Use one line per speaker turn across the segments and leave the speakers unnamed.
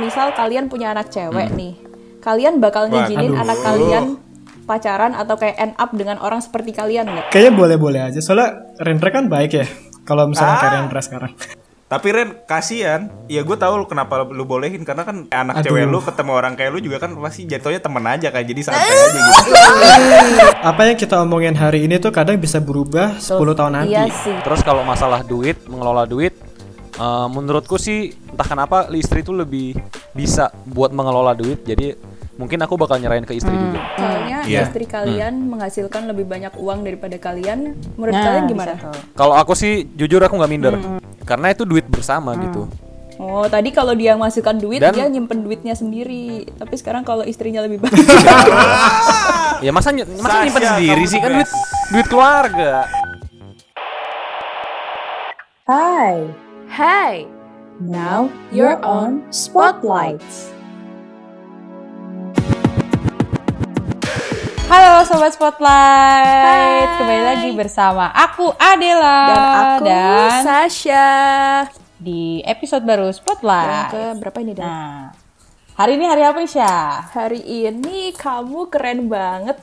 misal kalian punya anak cewek nih, kalian bakal
Hmm. Wah,
ngizinin
aduh.
anak kalian pacaran atau kayak end up dengan orang seperti kalian nggak?
Kayaknya boleh-boleh aja. Soalnya Rendra kan baik ya. Kalau misalnya
Ah.
kayak Rendra sekarang.
Tapi Ren, kasihan. Ya gue tahu lu kenapa lu bolehin karena kan anak
Aduh.
cewek lu ketemu orang kayak lu juga kan pasti jatuhnya temen aja kan. Jadi santai aja gitu.
Apa yang kita omongin hari ini tuh kadang bisa berubah 10 tahun nanti.
Iya sih.
Terus kalau masalah duit, mengelola duit, eh, menurutku sih entah kenapa istri itu lebih bisa buat mengelola duit. Jadi mungkin aku bakal nyerahin ke istri juga.
Soalnya
Iya.
istri kalian menghasilkan lebih banyak uang daripada kalian. Menurut kalian gimana?
Kalau aku sih jujur aku nggak minder, karena itu duit bersama gitu.
Oh, tadi kalau dia menghasilkan duit,
Dan-
dia nyimpen duitnya sendiri. Tapi sekarang kalau istrinya lebih banyak.
Ya masa ny- masa
Sasha,
nyimpan sendiri
kamu
sih
the
kan duit
best.
duit keluarga.
Hi,
Hey,
now you're on Spotlight.
halo sobat Spotlight. Kembali lagi bersama aku Adela
dan aku
dan
Sasha.
di episode baru
Yang ke
Spotlight.
berapa ini, Dan?
Nah, hari ini hari apa Isya?
Hari ini kamu keren banget.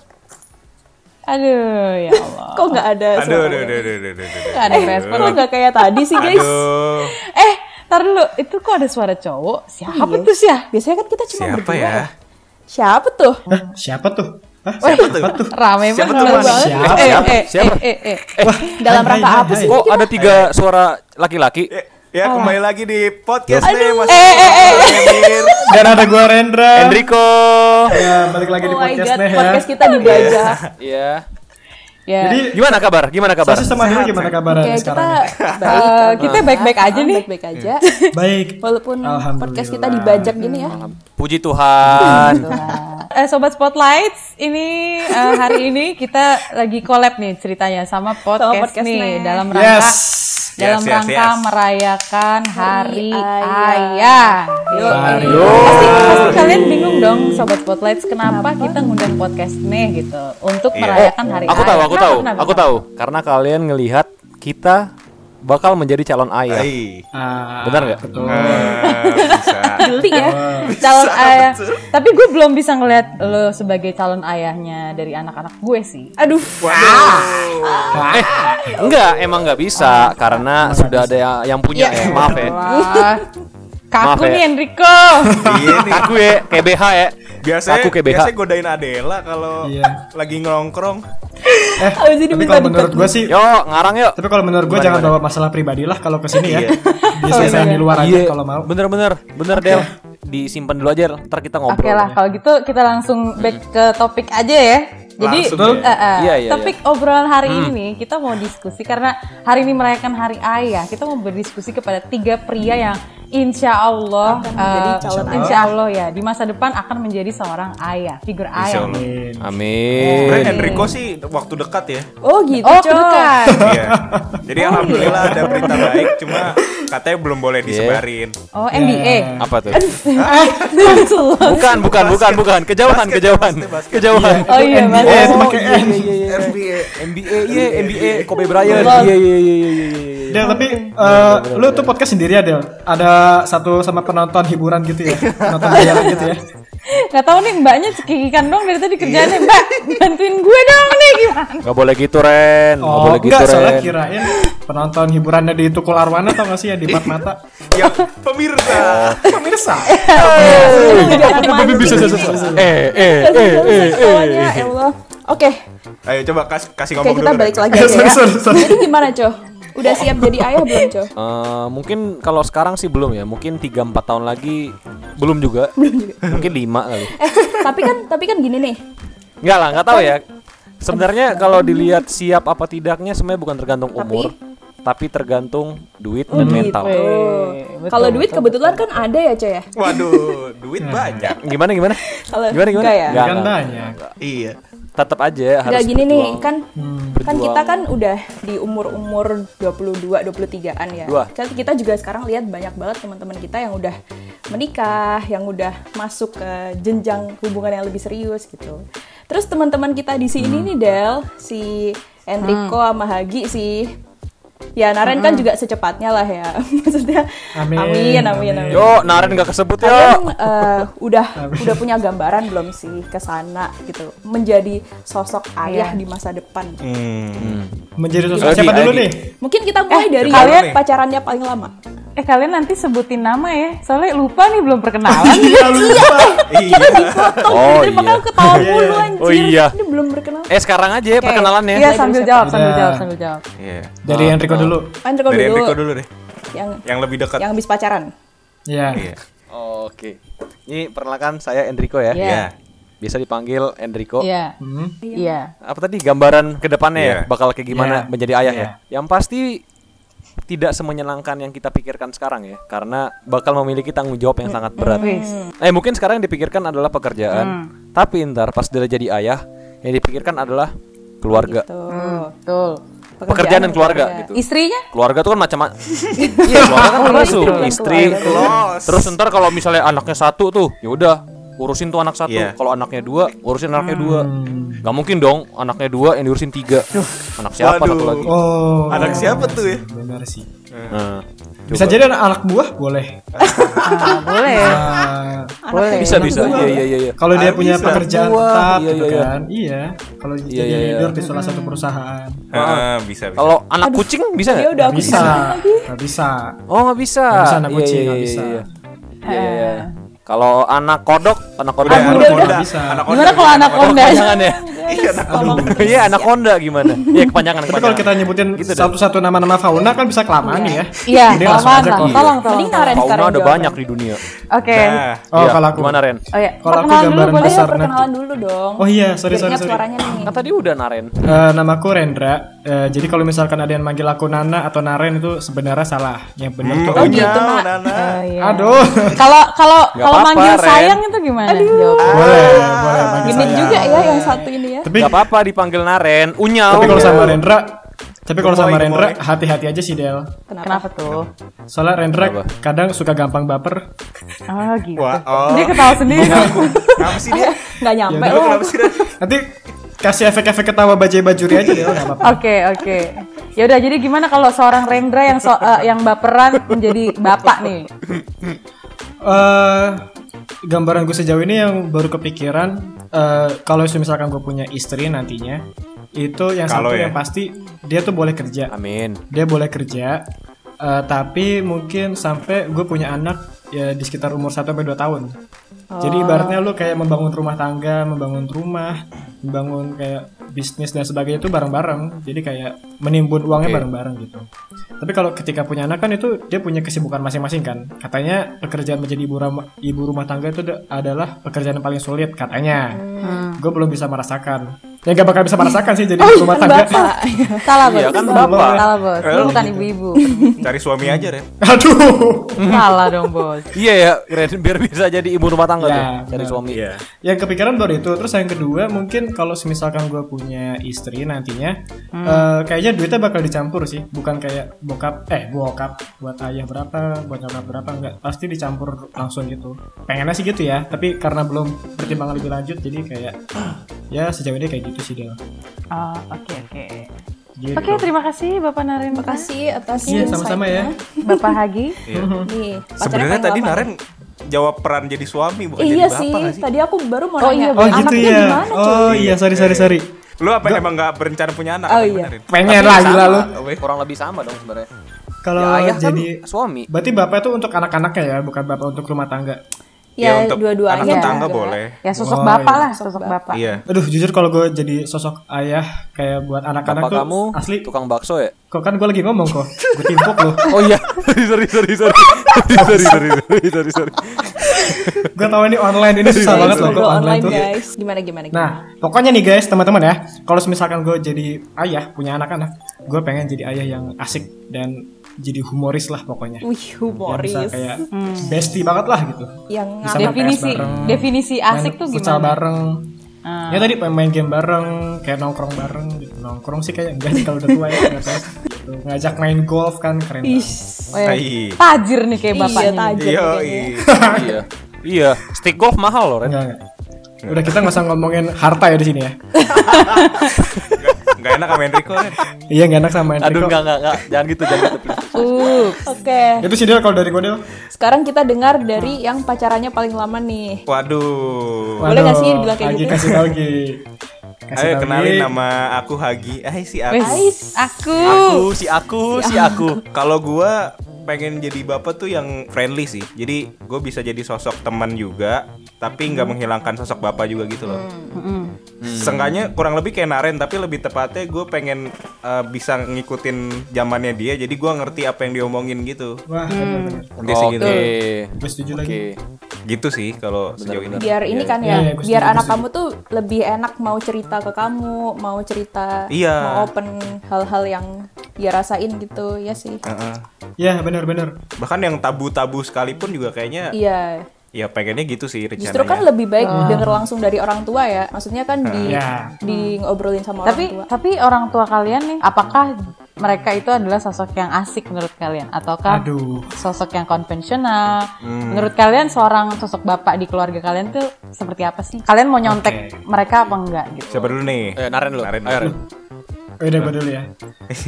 Aduh, ya Allah.
Kok nggak ada
Aduh,
suara?
aduh, aduh, aduh, aduh, aduh, aduh.
Gak ada respon
Kok Eh, nggak kayak tadi sih, guys?
Eh. Aduh.
Eh, tar dulu. Itu kok ada suara cowok? Siapa tuh sih ya?
Biasanya kan kita cuma
Iya. Siapa
berdua.
ya?
Siapa tuh?
Hah, siapa tuh? Hah,
Siapa tuh?
Rame
Siapa
banget.
tuh,
Rame
Mas?
banget.
Siapa?
Eh,
Siapa?
eh,
Siapa?
eh, eh, eh.
Wah,
dalam
hai,
rangka
hai,
apa
hai.
sih?
Kok ada tiga suara laki-laki?
Ya, ya,
Oh.
kembali lagi di podcast nih
Eh,
Mas. Emir.
Dan ada gua Rendra.
Enrico.
Ya, balik lagi di
Oh my
podcast
god,
nih ya.
podcast kita dibajak.
Iya.
Ya.
Jadi
Gimana kabar? Gimana kabar?
Sasi sama Dewi gimana kabarnya
Oke, kita
sekarang?
baik.
Eh, kita baik-baik aja
Ah,
nih.
Baik-baik aja. Iya.
Baik.
Walaupun
Alhamdulillah.
podcast kita dibajak gini ya.
Puji Tuhan.
Eh, Sobat Spotlights, ini eh, hari ini kita lagi collab nih ceritanya sama podcast,
podcast
nih
nih.
dalam rangka
Yes.
Yes,
Iya,
dalam
yes,
rangka
yes.
merayakan Hari,
Ayah.
Ayah.
Mario.
Pasti, pasti kalian bingung dong, Sobat Spotlights, kenapa kita ngundang podcast nih gitu untuk merayakan Hari
Iya. Oh, Aku
Ayah.
tahu, aku
Kenapa,
tahu,
kenapa,
aku
kenapa?
tahu. Karena kalian ngelihat kita bakal menjadi calon ayah.
Hai.
Ah,
Benar nggak?
Betul.
Iya. Eh, bisa.
Geli ya, calon ayah. Tapi gue belum bisa ngelihat lo sebagai calon ayahnya dari anak-anak gue sih.
Aduh.
Ah.
Eh, enggak, emang nggak
Ah.
bisa
Iya,
karena sudah ada yang- yang punya ya. Maaf ya.
Wah, kaku
Maaf ya.
nih Enrico.
Iya nih.
Aku ya, KBH ya.
Biasanya,
aku KBH.
biasanya godain Adela kalau
Iya.
lagi nongkrong.
Eh,
Abis ini
tapi
minta
kalau menurut gua sih
Yo, ngarang yuk.
tapi kalau menurut gua
Gimana,
jangan
gimana?
bawa masalah pribadi lah kalau kesini ya.
Iya.
Biasanya saya di luar aja
Iya,
kalau mau.
Bener-bener, bener Del. Disimpan dulu aja, ntar kita ngobrol.
Oke lah, kalau gitu kita langsung back ke topik aja ya. Jadi,
Langsung Hmm.
ya?
eh, eh,
Iya, iya,
topik obrolan hari ini kita mau diskusi karena hari ini merayakan Hari Ayah. Kita mau berdiskusi kepada tiga pria yang insya Allah,
menjadi
eh,
calon
insya Allah ya di masa depan akan menjadi seorang ayah, figur ayah.
Allah.
Amin.
Amin.
Sebenarnya Enrico sih waktu dekat ya.
Oh gitu,
Oh,
Cok.
bukan.
Iya. Jadi alhamdulillah ada berita baik, cuma katanya belum boleh disebarin.
Oh, MBA.
Apa tuh?
Langsung.
Bukan, bukan, bukan, bukan. Kejauhan,
Basket,
kejauhan,
basket, basket.
kejauhan.
Oh iya, Mas.
Eh, pakai N.
iya,
NBA.
NBA, iya, NBA, Kobe Bryant.
Belum.
Iya, iya, iya, iya, iya, iya.
Del, tapi eh, lu tuh podcast sendiri ya, Del? Ada satu sama penonton hiburan gitu ya? Penonton hiburan gitu ya?
Gak tau nih mbaknya cekikikan dong dari tadi kerjaannya Mbak bantuin gue dong nih gimana
Gak boleh gitu, Ren. Gak
Oh,
boleh gitu,
enggak,
Ren.
soalnya kirain penonton hiburannya di Tukul Arwana tau gak sih yang di empat mata?
Ya, pemirsa.
Pemirsa.
Eh,
Jangan malu gini.
Eh, eh, eh,
Jangan
eh,
sampai
eh.
ketawanya, ya Allah. Oke,
Ayo coba kas- kasih
oke
ngomong
kita
dulu.
balik
Ren.
lagi aja
Sorry,
ya.
sorry, sorry.
Jadi gimana, Cok? Udah siap jadi ayah belum, Cok?
Eh, mungkin kalau sekarang sih belum ya. Mungkin 3 4 tahun lagi belum juga. Mungkin 5 kali.
Eh, tapi kan tapi kan gini nih.
Enggak lah, enggak tahu ya. Sebenarnya kalau dilihat siap apa tidaknya sebenarnya bukan tergantung umur, tapi tergantung duit dan mental.
Eh, Kalau duit kebetulan kan ada ya, Cok ya.
Waduh, duit banyak.
Gimana gimana?
Kalau
gimana gimana?
enggak ya?
Enggak,
Kan
enggak.
banyak.
Iya.
Tetap aja Iya, harus
Nggak gini nih,
berjuang. Hmm.
kan kan
berjuang.
kita kan udah di umur-umur 22 23-an ya.
Dua.
Kan kita juga sekarang lihat banyak banget teman-teman kita yang udah menikah, yang udah masuk ke jenjang hubungan yang lebih serius gitu. Terus
Hmm.
teman-teman kita di sini nih Del, si Enrico sama Hagi sih Ya Naren kan juga secepatnya lah ya. Maksudnya
Amin,
amin amin.
amin.
amin.
Yo, Naren gak kesebut ya.
Kalian
yo.
eh, udah
Amin.
udah punya gambaran belum sih ke sana gitu menjadi sosok ayah
Iya.
di masa depan.
Hmm.
Menjadi sosok
Adi,
siapa dulu
Adi.
nih?
Mungkin kita mulai dari
kalian-
kalian pacarannya paling lama.
Eh kalian nanti sebutin nama ya, soalnya lupa nih belum perkenalan.
Iya lupa.
Kita dipotong
Oh,
gitu,
iya.
makanya aku ketawa mulu anjir.
Oh, iya.
Ini belum berkenal.
Eh sekarang aja ya perkenalannya.
Iya sambil
siapa?
jawab, sambil
Iya.
jawab, sambil jawab.
Iya.
Dari
Ah,
Enrico dulu.
Enrico
Dari
dulu,
Enrico dulu deh.
yang
Yang lebih dekat.
yang habis pacaran.
Iya.
Iya.
Oke. Ini perkenalkan saya Enrico ya.
Iya.
Iya.
Biasa dipanggil Enrico.
Iya.
Hmm.
Iya.
Apa tadi gambaran kedepannya
Iya.
ya bakal kayak gimana
Iya.
menjadi ayah
Iya.
ya? Yang pasti tidak semenyenangkan yang kita pikirkan sekarang ya karena bakal memiliki tanggung jawab yang sangat berat. Eh mungkin sekarang yang dipikirkan adalah pekerjaan, tapi ntar pas dia jadi ayah yang dipikirkan adalah keluarga,
Tuh.
Hmm. Oh, Betul.
pekerjaan dan keluarga gitu.
Istrinya?
keluarga tuh kan macam-macam iya keluarga kan termasuk
Iya,
istri terus ntar kalau misalnya anaknya satu tuh ya udah urusin tuh anak satu
Iya.
kalau anaknya dua urusin anaknya dua
Hmm.
nggak mungkin dong anaknya dua yang diurusin tiga anak siapa satu
Waduh.
lagi
Oh.
Anak siapa tuh ya?
Benar sih.
Nah,
Bisa
coba.
jadi anak, anak buah boleh.
Ah, boleh.
Ah,
boleh.
bisa bisa iya iya iya iya.
kalau dia
Ah,
punya
bisa.
pekerjaan
Buah,
tetap
iya,
gitu
iya, iya.
kan. Iya. Kalau
Iya,
jadi
iya, iya.
leader di salah satu perusahaan.
Ah, bisa bisa.
kalau anak kucing bisa
Dia
nggak
udah aku
Bisa.
kesana lagi.
Nggak bisa.
oh nggak bisa
Iya, Nggak bisa anak
Iya,
kucing,
iya,
nggak
iya,
bisa.
iya. Iya, iya, iya. kalau anak kodok anak kodok
udah,
Udah,
anak
udah.
Honda.
Bisa.
Anak Honda.
Gimana kalau anak Honda?
Kepanjangan ya
Iya, anak Honda.
iya anak Honda gimana iya kepanjangan
Tapi kalau kita
kepanjangan.
nyebutin
Gitu dah.
satu-satu nama-nama fauna kan bisa kelamaan nih ya.
Iya,
Jadi langsung
kelamaan
aja
lah.
kalau-
Tolong, tolong.
Mending Naren
Fauna
sekarang
ada
kan.
jawaban.
banyak di dunia.
Oke.
Nah,
Oh,
Iya,
kalau aku.
gimana Ren?
Oh
Kalau
ya,
aku
perkenalan
gambaran
dulu boleh.
Boleh
besar.
perkenalan dulu dong.
Oh iya, sorry
Biar
sorry
ingat
sorry.
suaranya nih.
Kan tadi udah Naren.
Eh, namaku Rendra. Eh, jadi kalau misalkan ada yang manggil aku Nana atau Naren itu sebenarnya salah. Yang benar
Hmm.
tuh
Oh
Rendra.
iya.
gitu, Nak.
Nana.
iya. Ah.
Aduh.
Kalau kalau
Nggak
kalau
apa-apa,
manggil
Ren.
sayang itu gimana? Jawab.
boleh, boleh manggil
Gimik
saya.
juga ya yang satu ini ya.
Tapi
Gak apa-apa dipanggil Naren. Unyal.
tapi kalau sama Rendra, tapi kalau sama
Gemoy,
Rendra
gemoy.
hati-hati aja sih Del.
Kenapa tuh?
Soalnya Rendra
Kenapa?
kadang suka gampang baper.
Oh gitu.
Wah, oh.
Dia ketawa sendiri.
Kenapa sih dia?
Nggak nyampe
Ya,
loh.
Kenapa sih dia?
Nanti kasih efek-efek ketawa bajai-bajuri aja Del, nggak apa-apa.
Oke oke. Ya udah jadi gimana kalau seorang Rendra yang so- eh, yang baperan menjadi bapak nih?
eh gambaran gue sejauh ini yang baru kepikiran eh, kalau misalkan gue punya istri nantinya itu yang
Kalau
satu
ya.
yang pasti dia tuh boleh kerja
Amin.
dia boleh kerja eh, tapi mungkin sampai gue punya anak ya di sekitar umur 1 sampai 2 tahun. Jadi ibaratnya lu kayak membangun rumah tangga, membangun rumah, membangun kayak bisnis dan sebagainya itu bareng-bareng. Jadi kayak menimbun uangnya bareng-bareng gitu. Tapi kalau ketika punya anak kan itu dia punya kesibukan masing-masing kan. Katanya pekerjaan menjadi ibu rumah, ibu rumah tangga itu da- adalah pekerjaan yang paling sulit katanya. Gue belum bisa merasakan. Ya gak bakal bisa merasakan sih jadi ibu rumah tangga.
Salah bos.
Iya, kan bapak.
Salah bos. Lu bukan ibu-ibu.
Cari suami aja, Ren.
Aduh.
Salah dong bos.
Iya ya, Ren biar bisa jadi ibu rumah tangga
Ya,
tuh,
benar.
cari suami.
yang kepikiran baru itu terus yang kedua mungkin kalau misalkan gue punya istri nantinya eh, kayaknya duitnya bakal dicampur sih bukan kayak bokap eh bokap buat ayah berapa buat nyokap berapa enggak pasti dicampur langsung gitu pengennya sih gitu ya tapi karena belum pertimbangan lebih lanjut jadi kayak ya sejauh ini kayak gitu sih Del
Oh, Oke oke.
Gitu.
Oke terima kasih Bapak Naren.
Terima kasih atas
Iya, sama-sama ya.
insight-nya.
Bapak Hagi.
Nih, pacarnya
Iya. Sebenarnya
paling
tadi
lama.
Naren jawab peran jadi suami bukan
Iya
jadi bapak
sih,
nggak sih?
tadi aku baru mau
Oh,
nanya
iya,
oh
Anaknya
gitu ya oh iya sorry sorry sorry
Lu apa emang nggak berencana punya anak?
Oh,
apa
iya.
gimana, Ren?
pengen lah gila lu
Apa ya?
Kurang lebih sama dong sebenarnya.
kalau
Ya, ayah kan
jadi
suami.
berarti bapak itu untuk anak-anaknya ya bukan bapak untuk rumah tangga
Ya,
Ya,
untuk
dua-duanya. Iya.
anak tetangga boleh.
Ya
Oh,
sosok bapak
iya.
lah, sosok bapak.
Iya.
Aduh jujur kalau gue jadi sosok ayah kayak buat anak-anak
Bapak
tuh
kamu
asli
tukang bakso ya?
kok kan gue lagi ngomong kok gue timpuk loh
Oh iya, sorry sorry sorry sorry sorry sorry sorry sorry sorry.
gue tahu ini online ini susah
Iya,
banget loh gue
Ngobrol
online
online
tuh
guys. Gimana gimana? gimana?
nah pokoknya nih guys teman-teman ya kalau misalkan gue jadi ayah punya anak-anak gue pengen jadi ayah yang asik dan jadi humoris lah pokoknya
Wih,
Yang
humoris.
ya, bisa kayak bestie banget lah gitu
Yang
bisa
ngap-
main PS
Definisi
bareng,
definisi asik
main
tuh
futsal
gimana?
bareng
Ah.
ya tadi main- main game bareng kayak nongkrong bareng gitu. nongkrong sih kayak enggak sih kalau udah tua ya nggak tahu sih, gitu. ngajak main golf kan keren banget.
Ish,
Oh, iya.
Iya.
Tajir nih kayak
iya,
bapaknya.
tajam
Iya.
kayaknya.
Iya. Iya, stick golf mahal
Iya.
loh Ren.
Enggak, enggak. Udah kita nggak usah ngomongin harta ya di sini ya.
Gak enak sama Enrico nih.
Iya nggak enak sama
Aduh
Enrico.
enggak enggak enggak jangan gitu jangan gitu please.
Oops. Oke.
Itu sih Del kalau dari gue Del.
Sekarang kita dengar dari yang pacarannya paling lama nih.
Waduh.
Boleh nggak
Waduh,
sih dibilang kayak
Hagi,
gitu?
Kasih tau Gi. Kasih
Ayo
tau,
kenalin
Gi.
nama aku Hagi. Ah si aku.
Ais.
Uh.
Aku.
Aku si aku si aku.
Kalau gua pengen jadi bapak tuh yang friendly sih. Jadi gue bisa jadi sosok teman juga, tapi nggak menghilangkan sosok bapak juga gitu loh.
Hmm.
Seenggaknya kurang lebih kayak Naren, tapi lebih tepatnya gue pengen eh, bisa ngikutin zamannya dia. Jadi gua ngerti apa yang diomongin gitu.
Wah, bener-bener.
Dia sih gitu.
Oke.
Gue setuju lagi.
Oke.
Gitu sih kalau sejauh ini.
Biar ini kan
Iya, iya,
ya,
gue
biar
setuju,
anak
gue
kamu tuh lebih enak mau cerita ke kamu, mau cerita,
Iya.
mau open hal-hal yang dia rasain gitu, ya sih.
Heeh.
Ya benar-benar.
Bahkan yang tabu-tabu sekalipun juga kayaknya
Iya.
ya pengennya gitu sih rencananya.
Justru kan lebih baik
Oh.
denger langsung dari orang tua ya. Maksudnya kan di
Ya.
di ngobrolin sama orang
Tapi
tua.
tapi orang tua kalian nih, apakah mereka itu adalah sosok yang asik menurut kalian ataukah
Aduh. Hmm.
sosok yang konvensional? Menurut kalian seorang sosok bapak di keluarga kalian tuh seperti apa sih? Kalian mau nyontek mereka apa enggak gitu?
Siapa dulu nih?
Eh Naren lu. Ayo
Naren.
Naren.
Udah gue dulu ya.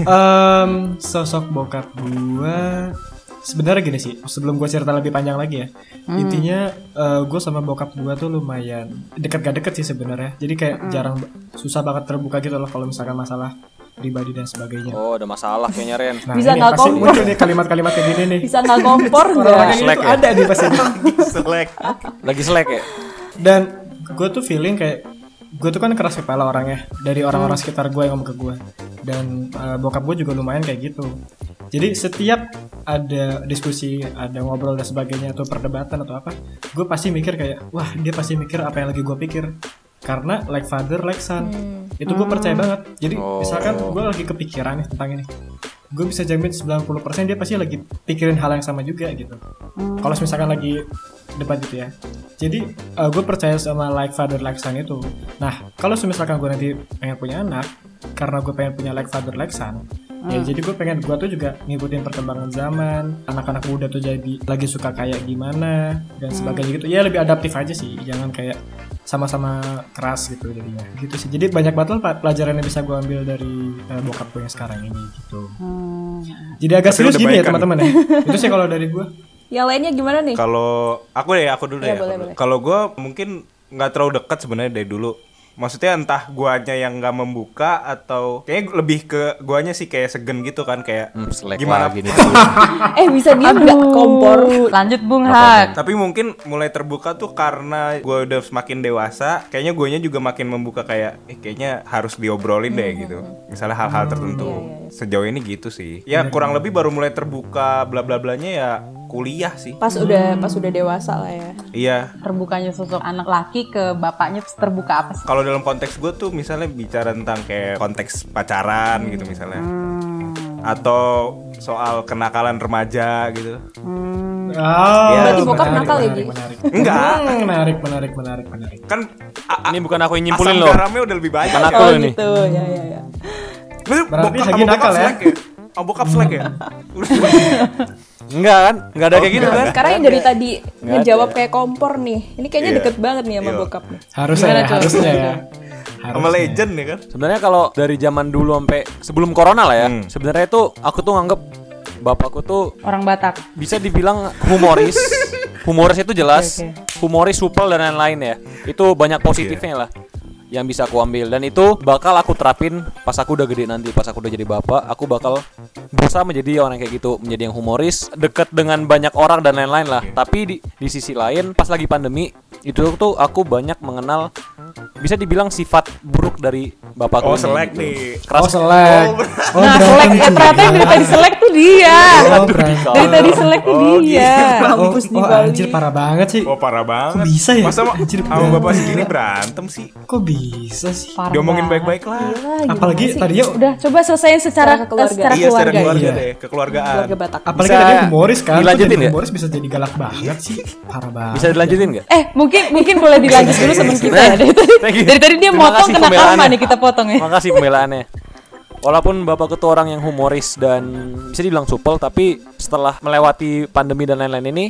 Em, sosok bokap gua sebenarnya gini sih. Sebelum gua cerita lebih panjang lagi ya. Intinya eh, gua sama bokap gua tuh lumayan dekat gak deket sih sebenarnya. Jadi kayak jarang susah banget terbuka gitu loh kalau misalkan masalah pribadi dan sebagainya.
Oh ada masalah kayaknya Ren.
Nah,
Bisa
ini
nggak
pasti
kom-
muncul nih kalimat-kalimat kayak gini nih.
Bisa nggak kompor nggak?
Orang-orang ini
Slack
tuh
ya?
ada di pasti.
Selek.
Lagi selek ya.
Dan gue tuh feeling kayak gue tuh kan keras kepala orangnya dari orang-orang sekitar gue yang ngomong ke gue dan eh, bokap gue juga lumayan kayak gitu. Jadi setiap ada diskusi, ada ngobrol dan sebagainya atau perdebatan atau apa, gue pasti mikir kayak wah dia pasti mikir apa yang lagi gue pikir karena like father like son itu gue percaya banget. Jadi misalkan gue lagi kepikiran nih tentang ini, gue bisa jamin 90% dia pasti lagi pikirin hal yang sama juga gitu. Kalau misalkan lagi debat gitu ya. Jadi gue percaya sama like father like son itu. Nah kalau misalkan gue nanti pengen punya anak, karena gue pengen punya like father like son, ya jadi gue pengen gue tuh juga ngikutin perkembangan zaman, anak-anak muda tuh jadi lagi suka kayak gimana dan sebagainya gitu. Ya lebih adaptif aja sih, jangan kayak sama-sama keras gitu jadinya. Gitu sih. Jadi banyak banget lah pelajaran yang bisa gue ambil dari eh, bokap gue yang sekarang ini gitu. Jadi agak
Tapi lu
serius
udah
gini ya
baikan.
teman-teman ya. Itu sih kalau dari gue.
Yang lainnya gimana nih?
Kalau aku deh, aku dulu
Iya,
ya.
boleh,
aku dulu.
boleh.
Kalau gue mungkin nggak terlalu dekat sebenarnya dari dulu. Maksudnya entah guanya yang nggak membuka atau kayaknya lebih ke guanya sih kayak segen gitu kan kayak
Hmm, selek
gimana
lagi nih.
Eh bisa diem nggak kompor?
Lanjut Bung Hak.
Tapi mungkin mulai terbuka tuh karena gue udah semakin dewasa, kayaknya guanya juga makin membuka kayak, eh kayaknya harus diobrolin
Hmm,
deh gitu. Misalnya hal-hal tertentu.
iya,
Sejauh ini gitu sih. Ya kurang lebih baru mulai terbuka bla bla blanya ya kuliah sih.
Pas udah pas udah dewasa lah ya.
Iya.
Terbukanya sosok anak laki ke bapaknya terbuka apa sih?
Kalau dalam konteks gue tuh misalnya bicara tentang kayak konteks pacaran gitu misalnya.
Hmm.
Atau soal kenakalan remaja gitu.
Oh,
Berarti bokap nakal ya, Gi?
menarik,
Enggak.
Hmm, menarik, menarik, menarik, menarik.
Kan a- a-
Ini bukan aku yang nyimpulin
asam
loh.
garamnya udah lebih banyak.
Bukan
ya.
aku
Oh
ini.
gitu, ya ya ya.
Maksudnya
Berarti
bokap-
lagi
sama bokap
nakal ya? Hmm.
slack Sama bokap slack ya?
Enggak kan? Enggak ada kayak gitu kan?
Nah, Sekarang yang dari tadi ngejawab kayak kompor nih. Ini
Iya.
kayaknya deket banget nih sama bokap nih.
Harusnya ya, harusnya ya.
Sama legend ya kan?
Sebenarnya kalau dari zaman dulu sampai sebelum corona lah ya, sebenarnya itu aku tuh nganggep bapakku tuh
Orang Batak.
bisa dibilang humoris. humoris itu jelas,
Oke,
humoris supel dan lain-lain ya. Itu banyak positifnya lah yang bisa aku ambil dan itu bakal aku terapin pas aku udah gede nanti pas aku udah jadi bapak aku bakal berusaha menjadi orang kayak gitu menjadi yang humoris deket dengan banyak orang dan lain-lain lah tapi di, di sisi lain pas lagi pandemi itu tuh aku banyak mengenal bisa dibilang sifat buruk dari bapakku
Oh
ini
selek
gitu.
nih.
Oh,
keras
selek. Oh,
nah, selek
berantem
eh ternyata yang dari tadi selek tuh dia.
juga. Oh, berantem.
Dari tadi selek tuh dia.
gitu.
Oh,
Mampus di
oh,
Bali.
anjir parah banget sih.
Wah parah banget.
Kok bisa ya?
Masa sama,
Anjir,
sama
gila.
bapak segini berantem sih?
Kok bisa sih?
Parah
Diomongin
banget.
baik-baik
Iya.
lah.
Apalagi tadi
Udah, coba selesaiin
Secara
secara
keluarga.
secara
Iya, secara
keluarga.
keluarga
iya.
deh, kekeluargaan.
Keluarga Batak.
apalagi
Bisa
tadi humoris kan. Kok
dilanjutin
jadi
ya?
Humoris bisa jadi galak banget sih. Parah banget.
bisa dilanjutin nggak
Eh, mungkin mungkin boleh dilanjut dulu sama kita ya. Dari tadi,
Thank you.
dari tadi dia
Terima
motong
kasih
kena karma
pembelaannya.
nih kita potong ya.
Makasih pembelaannya. Walaupun bapak ketua orang yang humoris dan bisa dibilang supel, tapi setelah melewati pandemi dan lain-lain ini,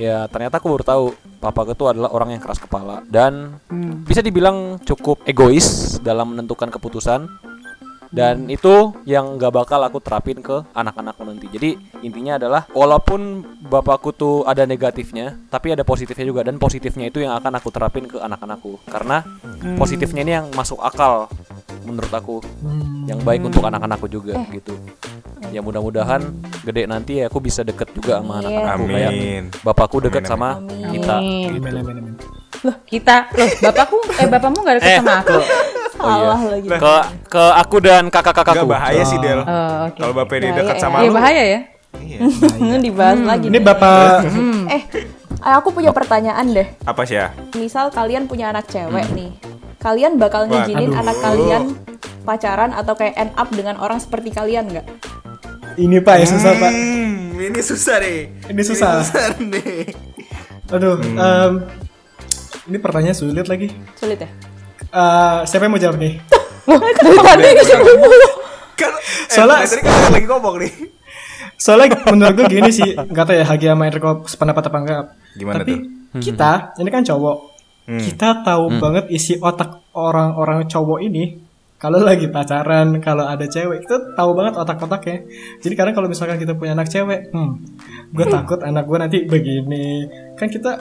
ya ternyata aku baru tahu papa ketua adalah orang yang keras
Hmm.
kepala dan bisa dibilang cukup egois dalam menentukan keputusan. Dan itu yang gak bakal aku terapin ke anak-anakku nanti. Jadi intinya adalah walaupun bapakku tuh ada negatifnya, tapi ada positifnya juga dan positifnya itu yang akan aku terapin ke anak-anakku. Karena
Hmm.
positifnya ini yang masuk akal menurut aku,
Hmm.
yang baik untuk anak-anakku juga gitu. Ya mudah-mudahan gede nanti ya aku bisa deket juga sama anak-anakku kayak
Amin.
bapakku deket sama kita.
Amin, amin, amin.
Loh, kita, loh, bapakku, eh bapakmu gak deket sama aku.
Salah lagi.
Oh iya. Ke ke aku dan
Gak
kakak-kakakku.
bahaya sih Del.
Oh, oke.
Kalau Bapak dia dekat sama
Iya
lu.
bahaya ya.
Dibahas lagi.
Iya. Ini bapak
Eh, aku punya pertanyaan deh.
Apa sih ya?
Misal kalian punya anak
Hmm.
cewek nih, kalian bakal ngizinin anak kalian pacaran atau kayak end up dengan orang seperti kalian nggak?
ini pak ya susah pak.
Hmm, ini susah deh.
Ini susah.
nih.
Aduh, em, ini pertanyaan sulit lagi.
Sulit ya?
Eh, siapa yang mau jawab nih?
Kan eh,
Soalnya-
tadi kan saya lagi ngomong nih.
Soalnya menurut gue gini sih, nggak tahu ya Hagi sama Enrico sependapat apa enggak.
Gimana
Tapi
tuh?
Hmm.
Hmm.
kita, ini kan cowok, kita tahu banget isi otak orang-orang cowok ini. Kalau lagi pacaran, kalau ada cewek, kita tahu banget otak-otaknya. Jadi kadang kalau misalkan kita punya anak cewek, hmm, gue takut anak gue nanti begini. Kan kita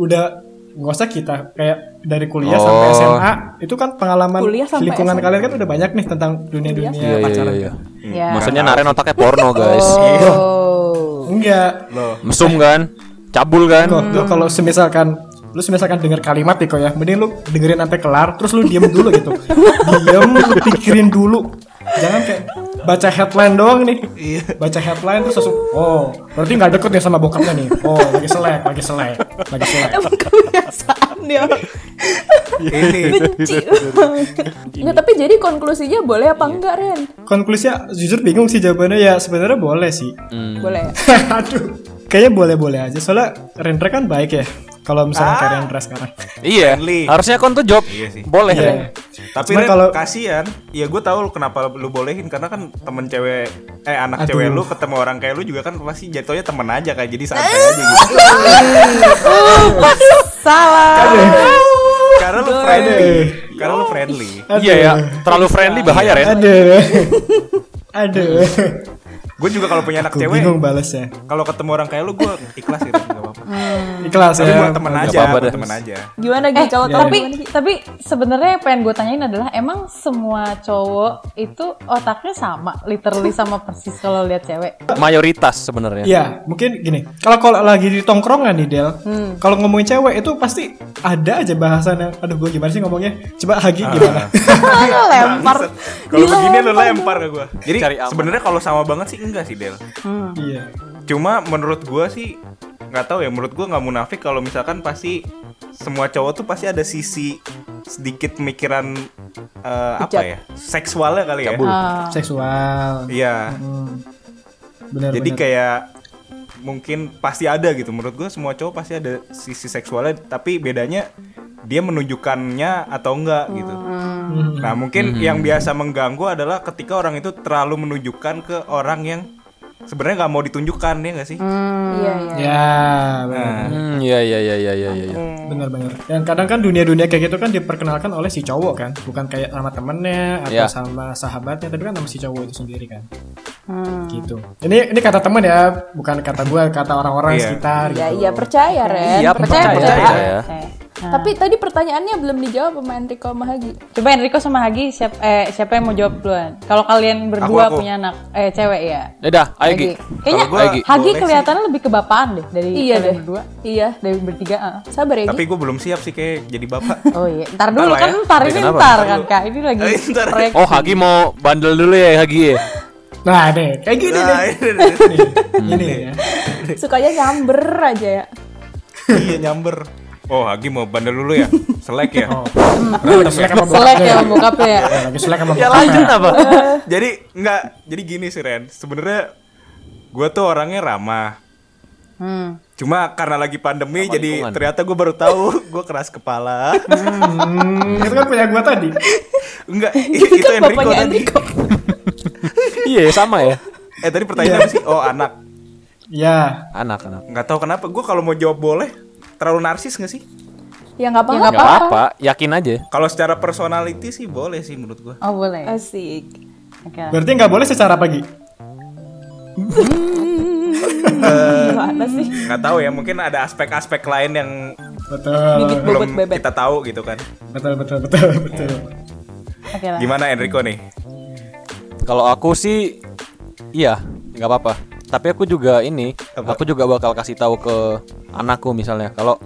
udah nggak usah kita kayak dari kuliah sampai
Oh.
SMA itu kan pengalaman
Kuliah sampai
lingkungan
SMA.
kalian kan udah banyak nih tentang dunia-dunia
Iya iya
pacaran.
iya.
Ya.
Maksudnya Naren otaknya porno guys.
Oh.
Enggak,
Mesum kan? Cabul kan?
Kok, lu kalau semisalkan lu semisalkan dengar kalimat nih kok ya, mending lu dengerin sampai kelar, terus lu diem dulu gitu, diem, lu pikirin dulu, jangan kayak baca headline doang nih,
Iya.
baca headline terus langsung, oh berarti nggak deket nih sama bokapnya nih, oh lagi selek, lagi selek, lagi selek.
Emang kebiasaan dia.
iya.
Ini
Benci banget. Nggak, tapi jadi konklusinya boleh
Iya.
apa enggak, Ren?
Konklusinya jujur bingung sih jawabannya ya sebenarnya boleh sih,
Boleh. ya?
aduh, kayaknya boleh-boleh aja, soalnya Rendra kan baik ya, kalau misalnya
Ah.
kayak Rendra sekarang.
Iya.
Friendly.
Harusnya kon tuh jawab
Iya sih.
boleh
Iya.
Ren.
Tapi
Cuman
Ren,
kalau-
kasihan. Ya gue tahu lu kenapa lu bolehin karena kan temen cewek eh anak
Aduh.
cewek
Eh,
lu ketemu orang kayak lu juga kan pasti jatuhnya temen aja kayak jadi santai aja gitu.
Salah.
Karena lu friendly.
Eh.
Karena lu friendly.
Iya ya. Terlalu friendly bahaya
Iya.
Ren.
Aduh, aduh,
Gue juga kalau punya anak
gue
cewek,
bingung balasnya. kalau
kalau ketemu orang kayak lu gue ikhlas gitu nggak apa-apa.
ikhlas
Hmm. Tapi
ya
buat temen
nggak
aja,
apa-apa
buat
dah.
temen aja.
Gimana
Eh,
gitu
Iya.
cowok
tapi tapi sebenarnya yang pengen gue tanyain adalah emang semua cowok itu otaknya sama, literally sama persis kalau lihat cewek.
Mayoritas sebenarnya.
Iya, mungkin gini. Kalau kalau lagi di tongkrongan nih Del,
Hmm.
kalau ngomongin cewek itu pasti ada aja bahasan yang, aduh gue gimana sih ngomongnya? Coba Hagi
Ah.
gimana?
lempar.
Kalau begini lu lempar ke gue. Jadi
Cari aman.
sebenarnya kalau sama banget sih enggak sih Del.
Iya.
Cuma menurut gue sih nggak tahu ya. Menurut gue nggak munafik kalau misalkan pasti semua cowok tuh pasti ada sisi sedikit pemikiran eh, apa ya seksualnya kali ya.
Cabul.
Seksual. Hmm.
Iya.
Benar.
Jadi
benar.
kayak mungkin pasti ada gitu. Menurut gue semua cowok pasti ada sisi seksualnya. Tapi bedanya dia menunjukkannya atau enggak gitu.
Hmm.
Nah mungkin yang biasa mengganggu adalah ketika orang itu terlalu menunjukkan ke orang yang sebenarnya nggak mau ditunjukkan ya nggak sih?
Iya, iya.
ya benar.
Nah.
Hmm, iya iya iya iya iya iya. iya.
benar benar. Yang kadang kan dunia-dunia kayak gitu kan diperkenalkan oleh si cowok kan, bukan kayak sama temennya atau
Iya.
sama sahabatnya, tapi kan sama si cowok itu sendiri kan.
Hmm.
Gitu. Ini ini kata temen ya, bukan kata gue, kata orang-orang
Iya.
sekitar.
Ya,
gitu.
iya percaya, Ren.
Iya, percaya, percaya.
Tapi tadi pertanyaannya belum dijawab sama Enrico Mahagi.
Nah, Coba Enrico sama Hagi siap, eh, siapa yang mau jawab duluan? Kalau kalian berdua
Aku, aku.
punya anak eh cewek ya.
Dadah, ayo Gi.
Kayaknya
Kalau gua
Hagi,
boleh sih.
kelihatannya lebih kebapaan deh dari
Iya
kalian
deh.
berdua.
Iya.
Dari bertiga. ah.
Sabar ya,
Tapi
Gi.
gue belum siap sih kayak jadi bapak.
Oh iya, ntar
Ntar
dulu
lah
kan
ya.
ntar
Ya,
ini
kenapa?
ntar kan Kak. Ini lagi
Eh, ntar.
proyek.
Oh, Hagi mau bandel dulu ya Hagi ya.
Nah, deh, kayak gini
Nah,
deh.
ini- ini- ini.
Hmm.
Ini ya.
Sukanya nyamber aja ya.
iya nyamber. Oh Hagi mau bandel dulu ya? Selek ya?
Lagi selek sama
Selek
bokapnya.
ya bokapnya ya.
Ya, Lagi selek sama
Ya
bokapnya.
lanjut apa?
jadi nggak jadi gini sih Ren sebenarnya gue tuh orangnya ramah
Hmm.
cuma karena lagi pandemi
Ramah
jadi
lingkungan.
ternyata gue baru tahu gue keras kepala
Hmm, itu kan punya gua tadi.
enggak
Itu
itu
kan
Enrico
bapaknya
tadi
Enrico.
Iya, sama ya.
eh
Iya.
tadi pertanyaan apa sih oh anak
Ya,
Anak anak.
nggak tahu kenapa gue kalau mau jawab boleh terlalu narsis nggak sih
Ya nggak
Enggak
apa-apa.
apa-apa, yakin aja.
kalau secara personality sih boleh sih menurut gue
Oh boleh.
Asik.
Oke.
Berarti nggak boleh secara pagi.
Gimana sih?
nggak tahu ya mungkin ada aspek-aspek lain yang
Bibit
Betul.
bobot
belum
bebek.
kita tahu gitu kan
Betul betul betul betul.
Oke lah.
gimana Enrico nih
Kalau aku sih iya, nggak apa-apa. Tapi aku juga ini,
Apa?
aku juga bakal kasih tahu ke anakku misalnya. Kalau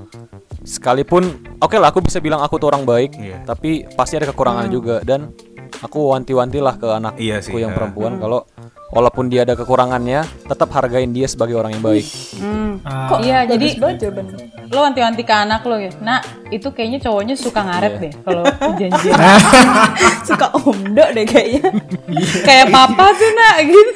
sekalipun oke lah aku bisa bilang aku tuh orang baik,
Iya.
tapi pasti ada kekurangan juga dan aku wanti-wantilah ke anakku
Iya sih,
yang
ha.
perempuan kalau walaupun dia ada kekurangannya, tetap hargain dia sebagai orang yang baik.
Hmm.
Ah.
Kok
Iya, jadi
Bagus banget jawabannya.
lo anti-anti ke anak lo ya. Nah, itu kayaknya cowoknya suka ngaret deh kalau janjian.
Suka omdo deh kayaknya.
Kayak papa tuh nak gitu.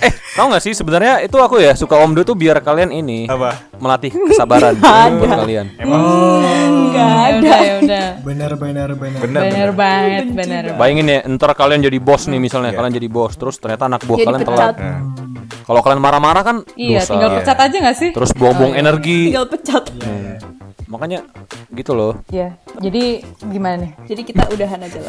Eh, tau gak sih sebenarnya itu aku ya suka Omdo tuh biar kalian ini
apa
melatih kesabaran buat kalian.
Enggak
Ya
ada.
udah, ya udah.
Benar benar benar.
benar benar
Bener banget, bener.
Bayangin ya, ntar kalian jadi bos nih misalnya, kalian jadi bos, terus ternyata anak buah
Jadi
kalian
pecat.
telat. Kalau kalian marah-marah kan
Iya,
dosa.
tinggal pecat aja gak sih?
Terus buang-buang energi.
Tinggal pecat.
Makanya gitu loh.
Iya. Jadi gimana nih?
Jadi kita udahan aja lah.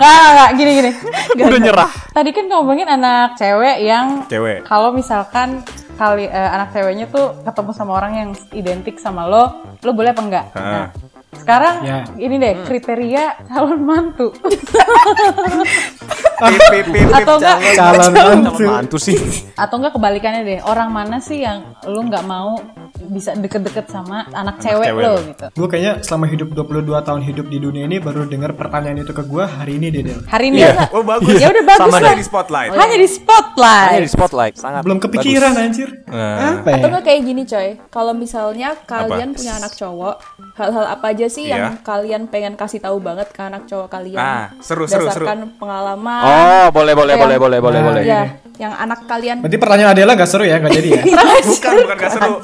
Ah, gini gini.
Udah nyerah.
Tadi kan ngomongin anak cewek yang
Cewek.
Kalau misalkan kali eh, anak ceweknya tuh ketemu sama orang yang identik sama lo, lo boleh apa enggak?
Ah.
Nah, sekarang
Ya.
ini deh kriteria calon mantu
Pip, pip, pip, pip.
atau enggak
Calon mantu.
Mantu sih.
atau enggak kebalikannya deh orang mana sih yang lo nggak mau bisa deket-deket sama anak, cewek,
cewek
lo
lo.
gitu?
Gue kayaknya selama hidup 22 tahun hidup di dunia ini baru dengar pertanyaan itu ke gue hari ini deh Del.
Hari ini
Iya.
enggak?
oh bagus
ya udah bagus
Sama
lah.
di spotlight
Hanya di
Makanya
spotlight.
di spotlight sangat.
Belum kepikiran eh. anjir.
Nah.
Apa ya?
Atau nggak kayak gini coy, kalau misalnya kalian punya anak cowok, hal-hal apa aja sih yang
Iya.
kalian pengen kasih tahu banget ke anak cowok kalian?
Ah, seru, seru,
Berdasarkan pengalaman,
Oh, boleh boleh boleh boleh boleh boleh.
ya, yang anak kalian
Berarti pertanyaan Adela gak seru ya, gak jadi ya?
bukan bukan gak seru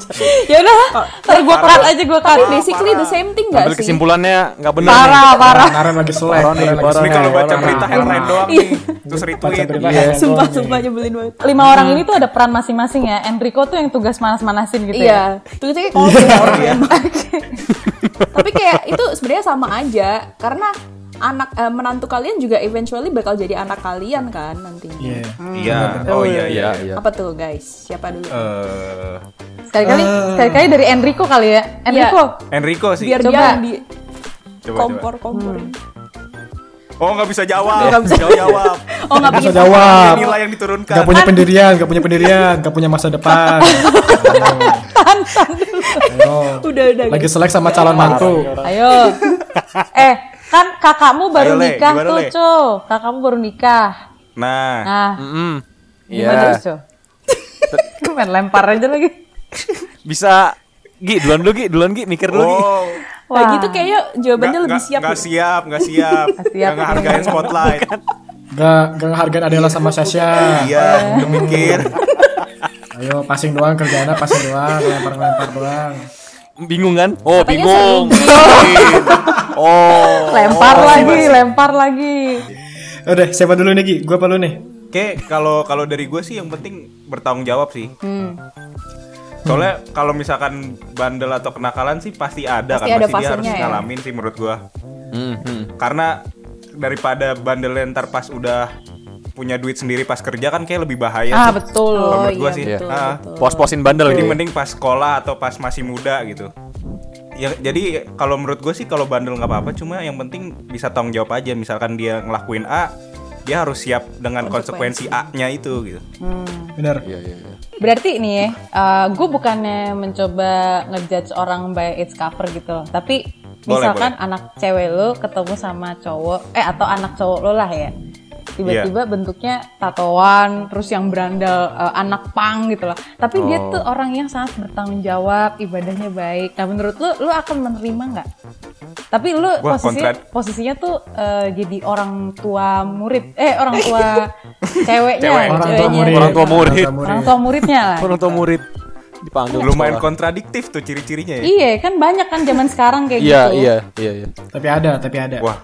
Ya udah, ntar gue cut aja gue cut.
Tapi basically the same thing gak
Ambil
sih?
kesimpulannya nggak Iya, benar.
Parah parah.
Naran lagi selek,
Parah nih,
Naran lagi
parah
ini
selek.
nih.
kalau baca
Orang
berita
anak.
headline doang nih terus
Baca
retweet
berita
Iya.
ya,
Sumpah,
doang
sumpah nyebelin banget.
Lima orang ini tuh ada peran masing-masing ya. Enrico tuh yang tugas manas-manasin gitu ya.
Iya, tulisnya kayak kolom orang Tapi kayak itu sebenarnya sama aja, karena anak eh, menantu kalian juga eventually bakal jadi anak kalian kan nantinya.
nih. Iya.
Hmm.
iya oh iya iya
Iya, iya.
Apa tuh guys? Siapa dulu?
Eh,
Sekali-kali, sekali-kali dari Enrico kali ya. Enrico,
Enrico sih
Biar
Coba.
dia yang di
Coba,
kompor komporin.
oh nggak bisa jawab nggak bisa jawab
Oh nggak
Masa
bisa
jawab.
nilai yang diturunkan
Gak punya pendirian, gak punya pendirian, gak punya masa depan. Ayo.
Udah udah.
Lagi selek sama calon mantu.
ayo. eh, kan kakakmu baru
Ayo, Le.
nikah
Gimana,
tuh,
Le?
Co. Kakakmu baru nikah.
nah
Nah,
Mm-mm. Iya.
gimana terus, Co? Lu main lempar aja lagi.
Bisa Gi, duluan dulu Gi, duluan Gi, mikir dulu Gi.
oh
Wah. Lagi tuh gitu kayaknya jawabannya
nggak-
lebih
nggak-
siap.
nggak
gitu.
siap nggak siap
siap.
nggak hargain spotlight
Gak, gak ngehargain Adela sama Sasha.
iya udah mikir
Ayo, passing doang kerjaannya, passing doang, lempar-lempar doang.
Bingung kan? Oh,
Katanya
bingung. oh.
Lempar lagi, lempar lagi.
Ya Udah, siapa dulu nih Gi? Gue apa lu nih?
Oke, kalau kalau dari gue sih yang penting bertanggung jawab sih.
Hmm.
Soalnya kalau misalkan bandel atau kenakalan sih pasti ada
Pasti
kan,
ada
pasti dia harus
fasenya ya.
ngalamin sih menurut gue.
Hmm, hmm.
Karena daripada bandel ntar pas udah punya duit sendiri pas kerja kan kayak lebih bahaya.
Ah,
sih.
betul.
Kalau
Oh
menurut gue
iya
sih.
betul.
Ah.
betul.
Pos-posin bandel
Jadi
gitu.
mending pas sekolah atau pas masih muda gitu. Ya, jadi kalau menurut gue sih kalau bandel nggak apa-apa, cuma yang penting bisa tanggung jawab aja. Misalkan dia ngelakuin A, dia harus siap dengan konsekuensi, A-nya itu gitu.
Bener.
Iya,
Berarti nih ya, eh, gue bukannya mencoba ngejudge orang by its cover gitu loh. Tapi
Boleh,
misalkan anak cewek lo ketemu sama cowok, eh atau anak cowok lo lah ya.
Iya.
Tiba-tiba bentuknya tatoan, terus yang berandal eh, anak pang gitu loh. Tapi dia
Oh.
tuh orang yang sangat bertanggung jawab, ibadahnya baik. Nah menurut lo, lo akan menerima nggak? Tapi lo
Wah,
posisinya,
kontra-
posisinya tuh eh, jadi orang tua murid, eh orang tua ceweknya.
Cewek.
Orang tua
Ceweknya.
murid.
Orang tua murid.
Orang tua
orang tua muridnya lah.
Orang tua murid dipanggil ke
lumayan
sekolah.
kontradiktif tuh ciri-cirinya ya.
Iya kan banyak kan zaman sekarang kayak
Iya,
gitu.
iya, iya, iya.
Tapi ada, tapi ada.
Wah,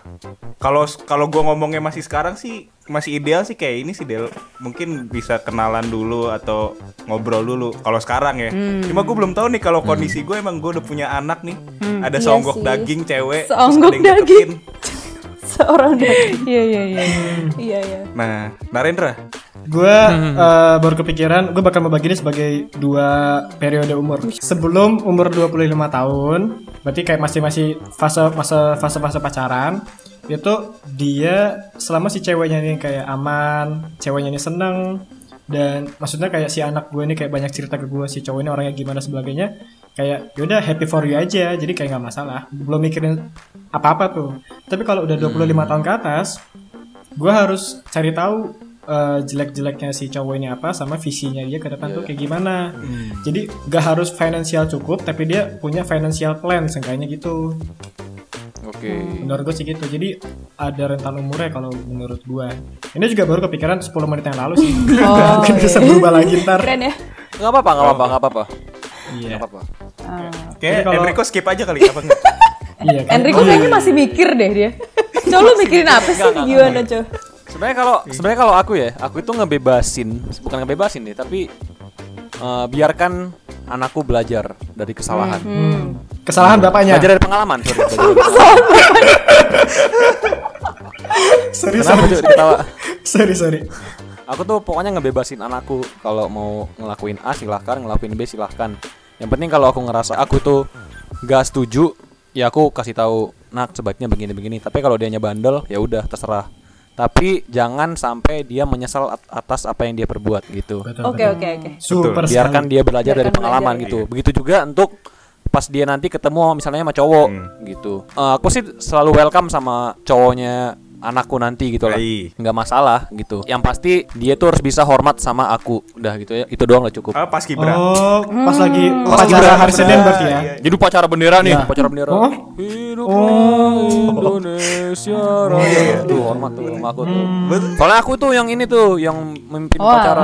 kalau kalau gua ngomongnya masih sekarang sih masih ideal sih kayak ini sih Del. Mungkin bisa kenalan dulu atau ngobrol dulu kalau sekarang ya. Cuma gue belum tahu nih kalau kondisi gue emang gue udah punya anak nih. Ada
Iya sih.
songgok daging cewek, terus
Seonggok
ada yang deketin.
seorang doi.
Iya iya iya.
Iya iya.
Nah, Narendra,
Gue eh, baru kepikiran, gue bakal membagi ini sebagai dua periode umur. Sebelum umur 25 tahun, berarti kayak masih masih fase fase fase fase pacaran, itu dia selama si ceweknya ini kayak aman, ceweknya ini seneng, dan maksudnya kayak si anak gue ini kayak banyak cerita ke gue si cowok ini orangnya gimana sebagainya kayak yaudah happy for you aja jadi kayak nggak masalah belum mikirin apa-apa tuh tapi kalau udah 25 tahun ke atas gue harus cari tahu eh, jelek-jeleknya si cowok ini apa sama visinya dia ke depan tuh kayak gimana. Jadi gak harus finansial cukup, tapi dia punya financial plan seenggaknya gitu.
Oke.
Menurut gue sih gitu. Jadi ada rentan umurnya kalau menurut gue. Ini juga baru kepikiran 10 menit yang lalu sih. Oh, bisa berubah lagi ntar.
Keren ya.
Nggak apa-apa, nggak apa-apa, nggak apa-apa.
Iya.
Nggak apa-apa.
kayak
kalau-
Enrico skip aja kali ya, apa enggak?
Iya kan.
Enrico kayaknya masih mikir deh dia.
Coba lu mikirin apa sih?
Enggak, enggak,
Gimana, Cok?
Sebenarnya kalau sebenarnya kalau aku ya, aku itu ngebebasin, bukan ngebebasin ya, tapi eh, biarkan anakku belajar dari kesalahan.
Hmm. Kesalahan bapaknya.
Belajar dari pengalaman, sorry. Belajar dari pengalaman.
Sorry,
Kenapa
sorry.
tuh diketawa?
sorry, sorry.
Aku tuh pokoknya ngebebasin anakku kalau mau ngelakuin A silahkan, ngelakuin B silahkan. Yang penting kalau aku ngerasa aku itu gak setuju, ya aku kasih tahu nak sebaiknya begini-begini. Tapi kalau dianya bandel, ya udah terserah. Tapi jangan sampai dia menyesal at- atas apa yang dia perbuat gitu.
Betul,
Oke,
betul.
oke, oke.
Super
biarkan
sekali.
dia belajar dari
Biarkan
pengalaman
belajar.
gitu. Begitu juga untuk pas dia nanti ketemu misalnya sama cowok gitu. Eh, aku sih selalu welcome sama cowoknya anakku nanti gitu lah.
Baik.
Nggak masalah gitu. Yang pasti dia tuh harus bisa hormat sama aku. Udah gitu ya. Itu doang lah cukup.
Ah, pas Kibra.
Oh, pas lagi pas
Kibra,
acara
Kibra.
hari Senin berarti ya.
Iya.
Jadi upacara bendera nih,
Ya.
upacara bendera.
Oh.
Hiduplah Indonesia Raya. Tuh hormat tuh sama aku tuh.
Betul.
Soalnya aku tuh yang ini tuh yang memimpin
Wah.
upacara.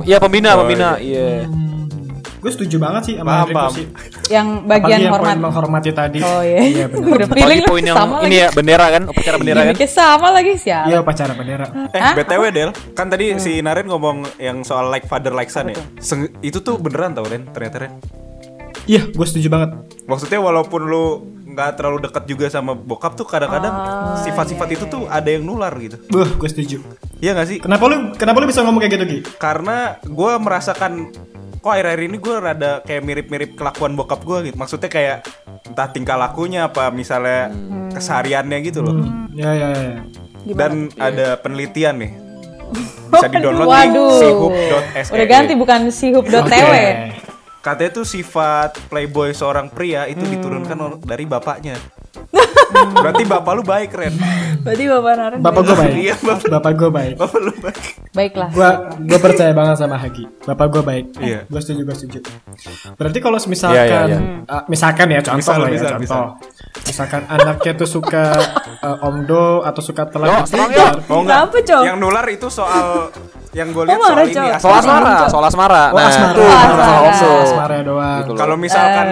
Yang- Iya pembina, pembina. Iya.
Gue setuju banget sih
Paham,
sama Enrico
paham.
sih.
yang
Apalagi
bagian
yang poin
hormat.
menghormati tadi.
Oh iya.
Iya benar.
Udah
Apalagi
feeling
poin yang
sama
ini
lagi. Iya,
ya bendera kan, upacara bendera kan.
Gimiknya sama lagi sih ya.
Iya upacara bendera.
Eh, BTW Del, kan tadi
Hmm.
si Naren ngomong yang soal like father like son ya. Seng- itu tuh beneran tau Ren, ternyata Ren.
Iya, gue setuju banget.
Maksudnya walaupun lu nggak terlalu dekat juga sama bokap tuh kadang-kadang sifat-sifat itu tuh ada yang nular gitu.
Buh, gue setuju.
Iya gak sih?
Kenapa lu kenapa lu bisa ngomong kayak gitu, Ki?
Karena gue merasakan kok akhir-akhir ini gue rada kayak mirip-mirip kelakuan bokap gue gitu. Maksudnya kayak entah tingkah lakunya apa misalnya kesehariannya gitu loh.
Ya ya ya.
Dan ada penelitian nih. Bisa di-download di
Waduh.
sihub.se.
Udah ganti bukan sihub.tw.
E. Katanya tuh sifat playboy seorang pria itu diturunkan or- dari bapaknya. Berarti bapak lu baik, Ren.
Berarti Bapak Naren.
Bapak gue baik.
Iya, Bapak.
Bapak gue baik.
Bapak lu baik.
Baiklah.
Gue gue percaya banget sama Haki. Bapak gue baik.
Iya.
Gue setuju gue setuju. Berarti kalau misalkan
Iya, iya, iya.
eh, misalkan ya contoh
Misal,
lah ya
misal,
contoh. Misalkan anaknya tuh suka eh, omdo atau suka telat.
Yo, serang yo.
Mau
Kenapa, Cok?
Oh, Yang nular itu soal yang gue lihat
Oh, marah,
soal ini
Cok.
asmara.
Soal asmara, soal asmara.
Oh,
Nah,
asmara.
tuh
Oh,
asmara
asmara.
also.
Asmara doang.
Gitu loh.
Kalau misalkan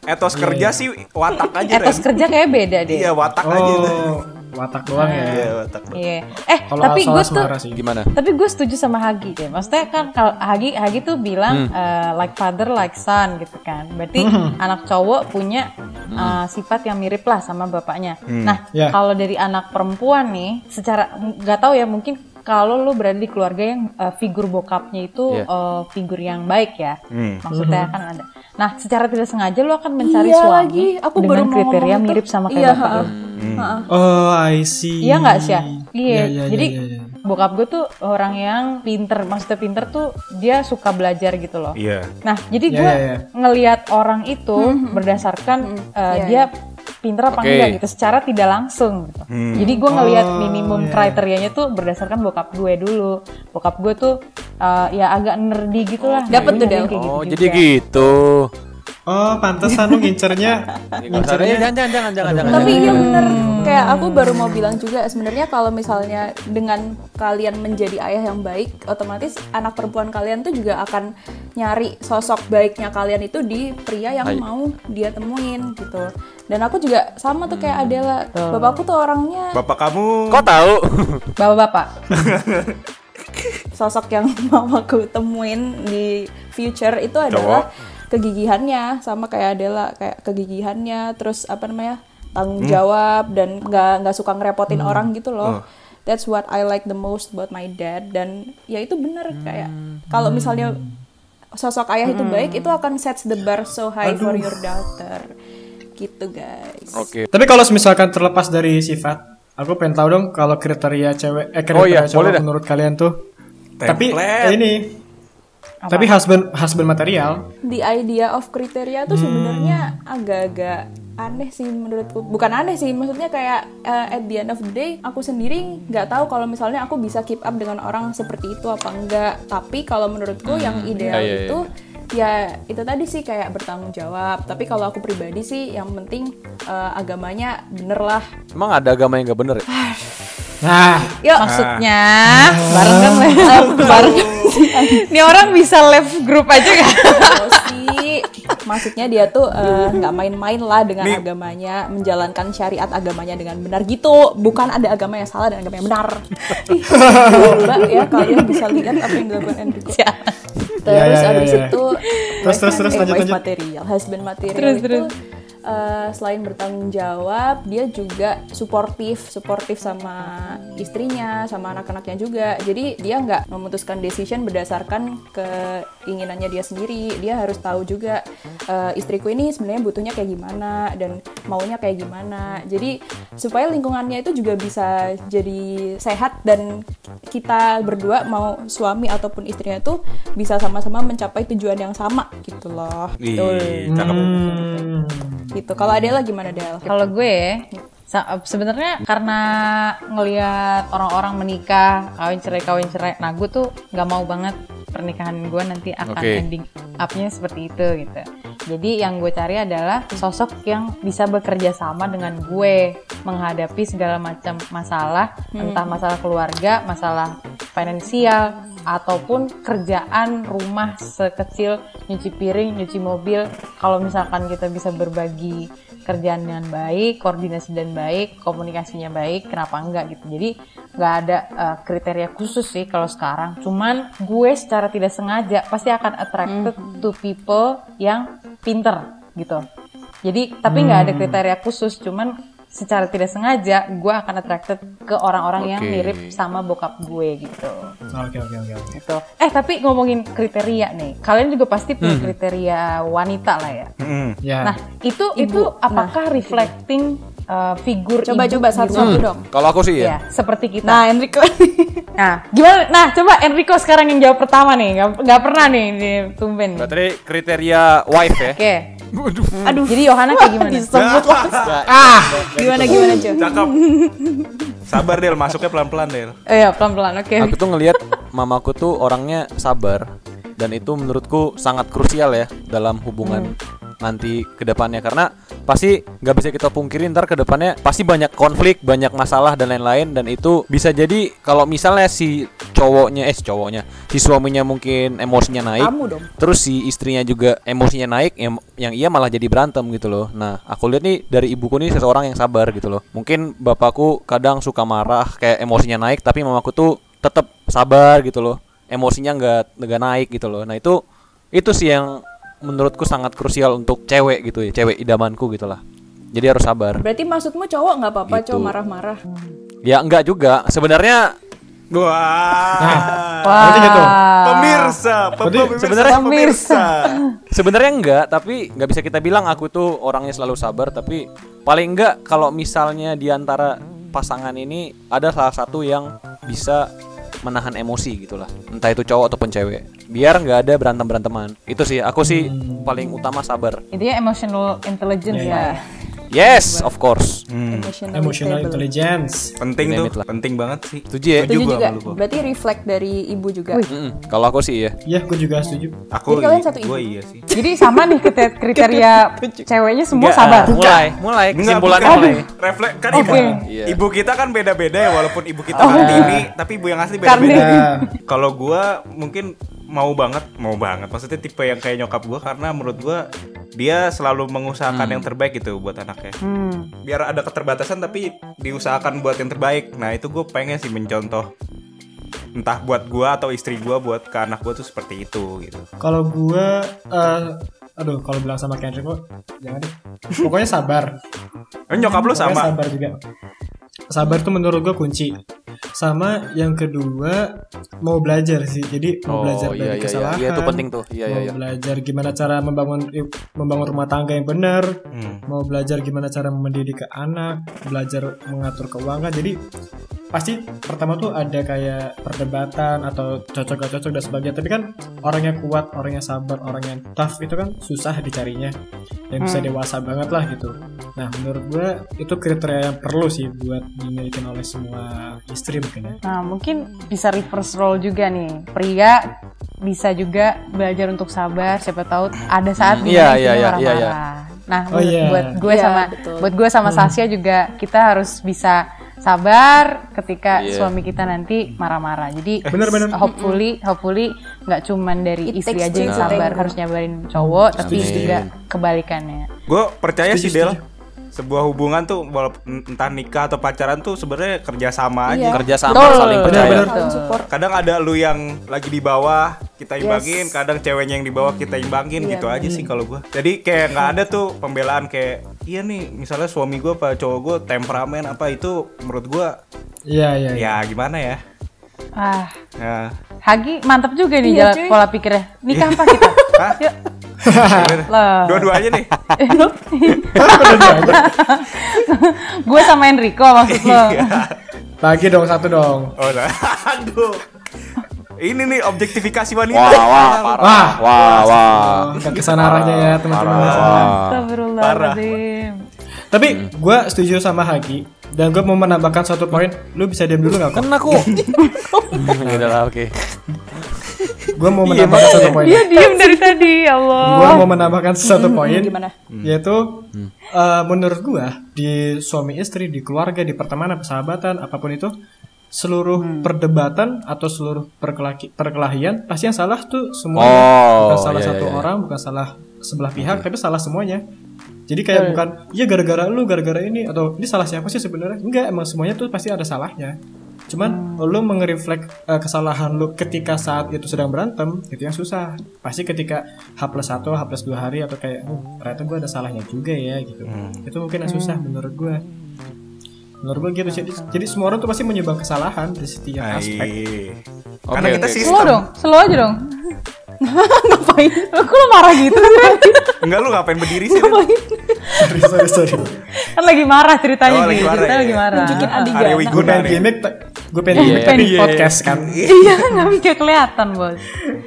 etos kerja sih watak aja
Etos
Ren.
kerja kayak beda deh.
Iya, watak aja.
Oh, watak doang
Iya,
ya.
watak.
Iya. Eh,
Kalau
tapi
asal
gue tuh
asmara sih.
gimana?
tapi gue setuju sama Hagi deh. Maksudnya kan kalau Hagi Hagi tuh bilang eh, like father like son gitu kan. Berarti
Hmm.
anak cowok punya eh, sifat yang mirip lah sama bapaknya. Nah
Ya.
kalau dari anak perempuan nih, secara nggak tahu ya mungkin kalau lo berada di keluarga yang eh, figur bokapnya itu
Iya.
eh, figur yang baik ya,
Hmm.
maksudnya kan ada. Nah secara tidak sengaja lo akan mencari
Iya
suami
lagi, aku
dengan
baru mau
kriteria
ngomong itu.
mirip sama kayak
Iya,
bapak lo.
ha-ha. Heeh.
Oh, I see.
Ah. Iya nggak sih? ya? Iya.
Iya, iya,
Jadi
iya, iya.
bokap gue tuh orang yang pinter, maksudnya pinter tuh dia suka belajar gitu loh.
Iya.
Nah, jadi
Iya,
gue
iya, iya.
ngelihat orang itu
Hmm,
berdasarkan eh,
Iya,
dia pinter apa
Oke. Hmm.
enggak gitu, secara tidak langsung. Gitu. Jadi gue ngelihat
Oh,
minimum
iya.
kriterianya tuh berdasarkan bokap gue dulu. Bokap gue tuh eh, ya agak nerdy gitu lah.
Dapet
Jadi
tuh,
ngeliat
Del.
kayak
Oh,
gitu
jadi
juga.
gitu.
Oh, pantesan lu ngincernya.
Eh, Jangan jangan jangan jangan jangan.
Tapi iya bener, kayak aku baru mau bilang juga sebenarnya kalau misalnya dengan kalian menjadi ayah yang baik, otomatis anak perempuan kalian tuh juga akan nyari sosok baiknya kalian itu di pria yang mau dia temuin gitu. Dan aku juga sama tuh kayak Adela, bapakku tuh orangnya
Bapak kamu
Kok tahu?
Bapak-bapak.
sosok yang mamaku temuin di future itu adalah kegigihannya sama kayak Adela kayak kegigihannya terus apa namanya tanggung jawab dan nggak nggak suka ngerepotin orang gitu loh. That's what I like the most about my dad dan ya itu bener kayak kalau misalnya sosok ayah itu baik itu akan sets the bar so high for your daughter. Gitu guys.
Oke.
Tapi kalau misalkan terlepas dari sifat, aku pengen tahu dong kalau kriteria cewek eh kriteria
Oh iya, boleh
cowok
dah.
menurut kalian tuh. Tapi
Template.
eh, ini tapi husband husband material.
The idea of kriteria
Hmm.
tuh sebenarnya agak-agak aneh sih menurutku. Bukan aneh sih, maksudnya kayak uh, at the end of the day aku sendiri nggak tahu kalau misalnya aku bisa keep up dengan orang seperti itu apa enggak. Tapi kalau menurutku yang ideal
iya, iya,
itu ya itu tadi sih kayak bertanggung jawab. Tapi kalau aku pribadi sih yang penting uh, agamanya bener lah.
Emang ada agama yang gak bener ya?
Nah,
Yuk. Maksudnya
Ah.
bareng kan Le? bareng. Ini orang bisa live grup aja kan?
Kalau sih maksudnya dia tuh eh, nggak main-main lah dengan
Nih.
agamanya menjalankan syariat agamanya dengan benar gitu bukan ada agama yang salah dan agama yang benar Ih, coba ya kalian bisa lihat apa yang dilakukan Enrico
Ya,
terus
ya, ya,
abis
ya.
itu
Terus, terus, terus,
eh,
lanjut,
wife
lanjut.
material husband material
Terus,
itu
terus.
eh, selain bertanggung jawab dia juga suportif suportif sama istrinya sama anak-anaknya juga jadi dia nggak memutuskan decision berdasarkan keinginannya dia sendiri dia harus tahu juga eh, istriku ini sebenarnya butuhnya kayak gimana dan maunya kayak gimana jadi supaya lingkungannya itu juga bisa jadi sehat dan kita berdua mau suami ataupun istrinya tuh bisa sama-sama mencapai tujuan yang sama gitu loh Betul.
Ih, cakep.
gitu kalau Adela gimana Del?
Hmm. Kalau gue ya, sa- sebenarnya karena ngelihat orang-orang menikah kawin cerai kawin cerai, nah gue tuh nggak mau banget pernikahan gue nanti akan
Oke.
ending upnya seperti itu gitu. Jadi yang gue cari adalah sosok yang bisa bekerja sama dengan gue menghadapi segala macam masalah, entah masalah keluarga, masalah finansial ataupun kerjaan rumah sekecil nyuci piring, nyuci mobil. Kalau misalkan kita bisa berbagi kerjaan dengan baik, koordinasi dan baik, komunikasinya baik, kenapa enggak gitu. Jadi nggak ada eh, kriteria khusus sih kalau sekarang. Cuman gue secara tidak sengaja pasti akan attracted to people yang pinter gitu. Jadi tapi nggak ada kriteria khusus, cuman secara tidak sengaja gue akan attracted ke orang-orang yang
Oke.
mirip sama bokap gue gitu.
oke oke oke oke.
Gitu. Eh tapi ngomongin kriteria nih, kalian juga pasti punya kriteria wanita lah ya.
Mm.
Ya.
Nah, itu itu apakah reflecting uh, figur
Coba
ibu
coba
di
satu-satu
rumah?
dong.
Kalau aku sih
Iya,
ya.
seperti kita. Nah,
Nah Enrico.
gimana? Nah, coba Enrico sekarang yang jawab pertama nih. Gak, nggak pernah nih di tumben. Oke.
Berarti kriteria wife ya?
Aduh. Hmm. Jadi Yohana kayak gimana?
Disebut lah.
Ah,
Gimana gimana cuy?
Cakep. Sabar Del, masuknya pelan-pelan Del.
Eh, ya, pelan-pelan. Oke.
Aku tuh ngelihat mamaku tuh orangnya sabar dan itu menurutku sangat krusial ya dalam hubungan
Hmm.
nanti ke depannya karena pasti nggak bisa kita pungkiri ntar ke depannya pasti banyak konflik, banyak masalah dan lain-lain dan itu bisa jadi kalau misalnya si cowoknya eh si cowoknya si suaminya mungkin emosinya naik
Kamu dong.
terus si istrinya juga emosinya naik yang, yang ia malah jadi berantem gitu loh nah aku lihat nih dari ibuku nih seseorang yang sabar gitu loh mungkin bapakku kadang suka marah kayak emosinya naik tapi mamaku tuh tetap sabar gitu loh emosinya nggak nggak naik gitu loh nah itu itu sih yang menurutku sangat krusial untuk cewek gitu ya cewek idamanku gitu lah jadi harus sabar
Berarti maksudmu cowok nggak apa-apa
Gitu.
cowok marah-marah.
ya enggak juga sebenarnya
Wah.
berarti gitu.
Pemirsa, pe- pemirsa,
Berarti
Nah. sebenarnya-
pemirsa.
Sebenarnya enggak, tapi nggak bisa kita bilang aku tuh orangnya selalu sabar, tapi paling enggak kalau misalnya di antara pasangan ini ada salah satu yang bisa menahan emosi gitulah. Entah itu cowok ataupun cewek. Biar nggak ada berantem-beranteman. Itu sih aku sih paling utama sabar.
Intinya emotional intelligence lah ya.
Yes, of course.
Emotional,
emotional
stable.
intelligence.
Penting
Name
tuh,
it lah.
penting banget sih.
Setuju ya?
Setuju
Juga
juga.
sama lu, Bob.
Berarti reflect dari ibu juga.
Mm-mm, Kalau aku sih ya.
Ya, gue juga setuju.
Aku
Jadi kalian
i-
satu
gua
ibu.
iya sih.
Jadi sama nih krite- kriteria ceweknya semua
Nggak,
sabar.
ah, Mulai, mulai kesimpulannya
bukan.
mulai.
Reflek kan ibu,
Oke.
ya? Iya.
ibu kita kan beda-beda ya walaupun ibu kita kartini, tapi ibu yang asli
Kartini.
beda-beda.
Nah,
Kalau gua mungkin mau banget, mau banget. Maksudnya tipe yang kayak nyokap gua karena menurut gua dia selalu mengusahakan yang terbaik gitu buat anaknya. Biar ada keterbatasan tapi diusahakan buat yang terbaik. Nah, itu gue pengen sih mencontoh entah buat gua atau istri gua buat ke anak gua tuh seperti itu gitu.
kalau gue eh, aduh kalau bilang sama Kendrick kok jangan deh. Pokoknya sabar.
Kan
Eh, nyokap lu
Pokoknya
sama.
sabar juga. Sabar tuh menurut gue kunci. Sama yang kedua mau belajar sih. Jadi mau
Oh,
belajar
iya,
dari
iya, iya.
kesalahan.
Iya, itu penting tuh. Iya,
mau
iya, iya.
belajar gimana cara membangun membangun rumah tangga yang benar.
Hmm.
Mau belajar gimana cara mendidik ke anak, belajar mengatur keuangan. Jadi pasti pertama tuh ada kayak perdebatan atau cocok gak cocok dan sebagainya tapi kan orang yang kuat orang yang sabar orang yang tough itu kan susah dicarinya yang
Hmm.
bisa dewasa banget lah gitu nah menurut gue itu kriteria yang perlu sih buat dimiliki oleh semua istri mungkin ya
Nah, mungkin bisa reverse role juga nih. Pria bisa juga belajar untuk sabar, siapa tahu ada
Hmm.
saat
Iya,
dimana
iya,
kita
iya,
marah-marah.
iya,
Nah,
Oh,
buat-
iya. Hmm.
buat gue
Iya,
sama
betul.
buat gue sama Sasya juga kita harus bisa sabar ketika
Iya.
suami kita nanti marah-marah. Jadi
Bener-bener.
hopefully hopefully nggak cuman dari
It
istri
takes
aja yang
two to
sabar
tango. Iya.
harus nyabarin cowok, tapi
Amin.
juga kebalikannya.
Gue percaya sih
Setuju,
Del. Sebuah hubungan tuh walaupun entah nikah atau pacaran tuh sebenarnya kerjasama aja.
Iya.
Kerja sama
Betul.
saling percaya.
Benar-benar.
gitu.
Saling support.
Kadang ada lu yang lagi di bawah kita
Yes.
imbangin, kadang ceweknya yang di bawah kita imbangin
Iya,
gitu aja sih
Hmm.
kalau gue. Jadi kayak nggak ada tuh pembelaan kayak iya nih misalnya suami gue apa cowok gue temperamen apa itu menurut gue
iya iya iya
ya gimana ya.
Ah,
Nah,
Hagi mantep juga nih
Iya,
jalan
cuy.
pola pikirnya. Nikah apa kita?
Hah?
Ya.
Yuk. Lah. Eh,
dua-duanya nih.
gue sama Enrico maksud lo.
Iya.
bagi dong satu dong
Oh, nah. aduh. Ini nih objektifikasi wanita.
Wah, wah, parah.
Wah.
Wah, wah.
nggak kesana arahnya ya teman-teman
Wah.
Astagfirullahaladzim.
Hmm.
tapi gue setuju sama Hagi dan gue mau menambahkan satu poin lu bisa diam dulu nggak kok
Kan aku. Ya udah lah, oke.
gue mau menambahkan satu poin
Dia Iya, diem dari tadi, ya Allah.
gue mau menambahkan satu poin
gimana?
Hmm.
yaitu eh, menurut gue di suami istri di keluarga di pertemanan persahabatan apapun itu seluruh perdebatan atau seluruh perkelaki- perkelahian pasti yang salah tuh semua
Oh,
bukan salah
iya,
satu
iya, Hmm. iya.
orang bukan salah sebelah pihak tapi salah semuanya jadi kayak bukan iya gara-gara lu gara-gara ini atau ini salah siapa sih sebenarnya enggak emang semuanya tuh pasti ada salahnya cuman lu mengereflek eh, kesalahan lu ketika saat itu sedang berantem itu yang susah pasti ketika H plus satu H plus dua hari atau kayak "Oh, ternyata gue ada salahnya juga ya gitu itu mungkin yang susah menurut gue menurut gue gitu jadi, jadi semua orang tuh pasti menyumbang kesalahan di setiap
Nah,
aspek
iya.
Oke,
Karena kita
oke.
Slow
sistem.
dong, slow aja dong. Ngapain? Lo kok lo marah gitu sih?
Enggak lu ngapain berdiri sih?
Oh, iya.
sorry sorry sorry
kan lagi marah ceritanya
Oh, lagi
gitu.
marah,
Ceritanya
ya.
lagi Ah, marah.
Tunjukin adik.
Arya
gue
Wiguna
pengen
nih.
gimmick gue pengen gimmick tapi
Iya.
podcast kan
Iya, nggak mikir kelihatan bos.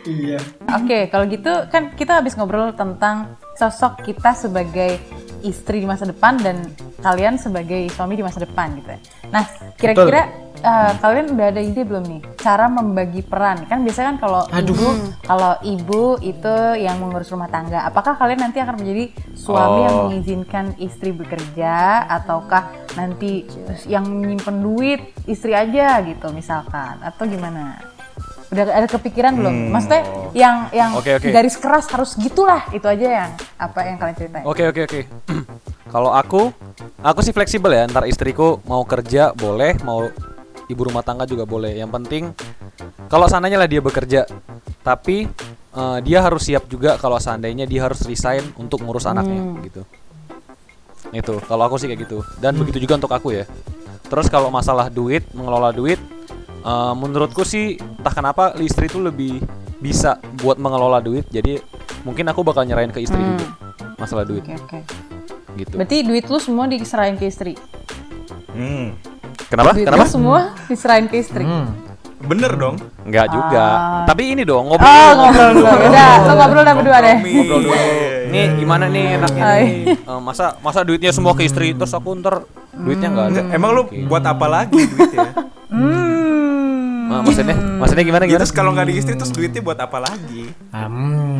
iya
Oke, kalau gitu kan kita habis ngobrol tentang sosok kita sebagai istri di masa depan dan kalian sebagai suami di masa depan gitu ya. Nah, kira-kira eh, kalian udah ada ide belum nih cara membagi peran? Kan biasanya kan kalau ibu kalau ibu itu yang mengurus rumah tangga. Apakah kalian nanti akan menjadi suami yang
Oh.
mengizinkan istri bekerja ataukah nanti yang menyimpen duit istri aja gitu misalkan atau gimana? Udah ada kepikiran belum? Maksudnya yang yang
Hmm. Oke, oke.
garis keras harus gitulah itu aja yang apa yang kalian ceritain.
Oke oke oke. Kalau aku, aku sih fleksibel ya. Ntar istriku mau kerja boleh, mau ibu rumah tangga juga boleh. Yang penting kalau seandainya lah dia bekerja, tapi eh, dia harus siap juga kalau seandainya dia harus resign untuk ngurus anaknya
Hmm.
gitu. Itu kalau aku sih kayak gitu. Dan begitu juga untuk aku ya. Terus kalau masalah duit, mengelola duit, eh, menurutku sih entah kenapa istri itu lebih bisa buat mengelola duit. Jadi mungkin aku bakal nyerahin ke istri juga masalah duit
Oke, Hmm. oke.
gitu.
Berarti duit lu semua diserahin ke istri.
Hmm.
Kenapa?
Duit
Kenapa? Hmm.
lu semua diserahin ke istri.
Bener dong.
Enggak juga. Tapi ini dong ngobrol. dulu,
Oh, Ah. ngobrol dulu. Udah, lo ngobrol udah berdua deh.
Ngobrol dulu.
Iya,
Nih gimana nih enaknya
Hai.
nih? Eh, masa masa duitnya semua ke istri terus aku ntar duitnya nggak ada.
Emang lu buat apa lagi duitnya?
Hmm.
Eh, maksudnya maksudnya gimana
Ya,
Iya,
gimana?
terus kalau nggak di istri terus duitnya buat apa lagi?
Am.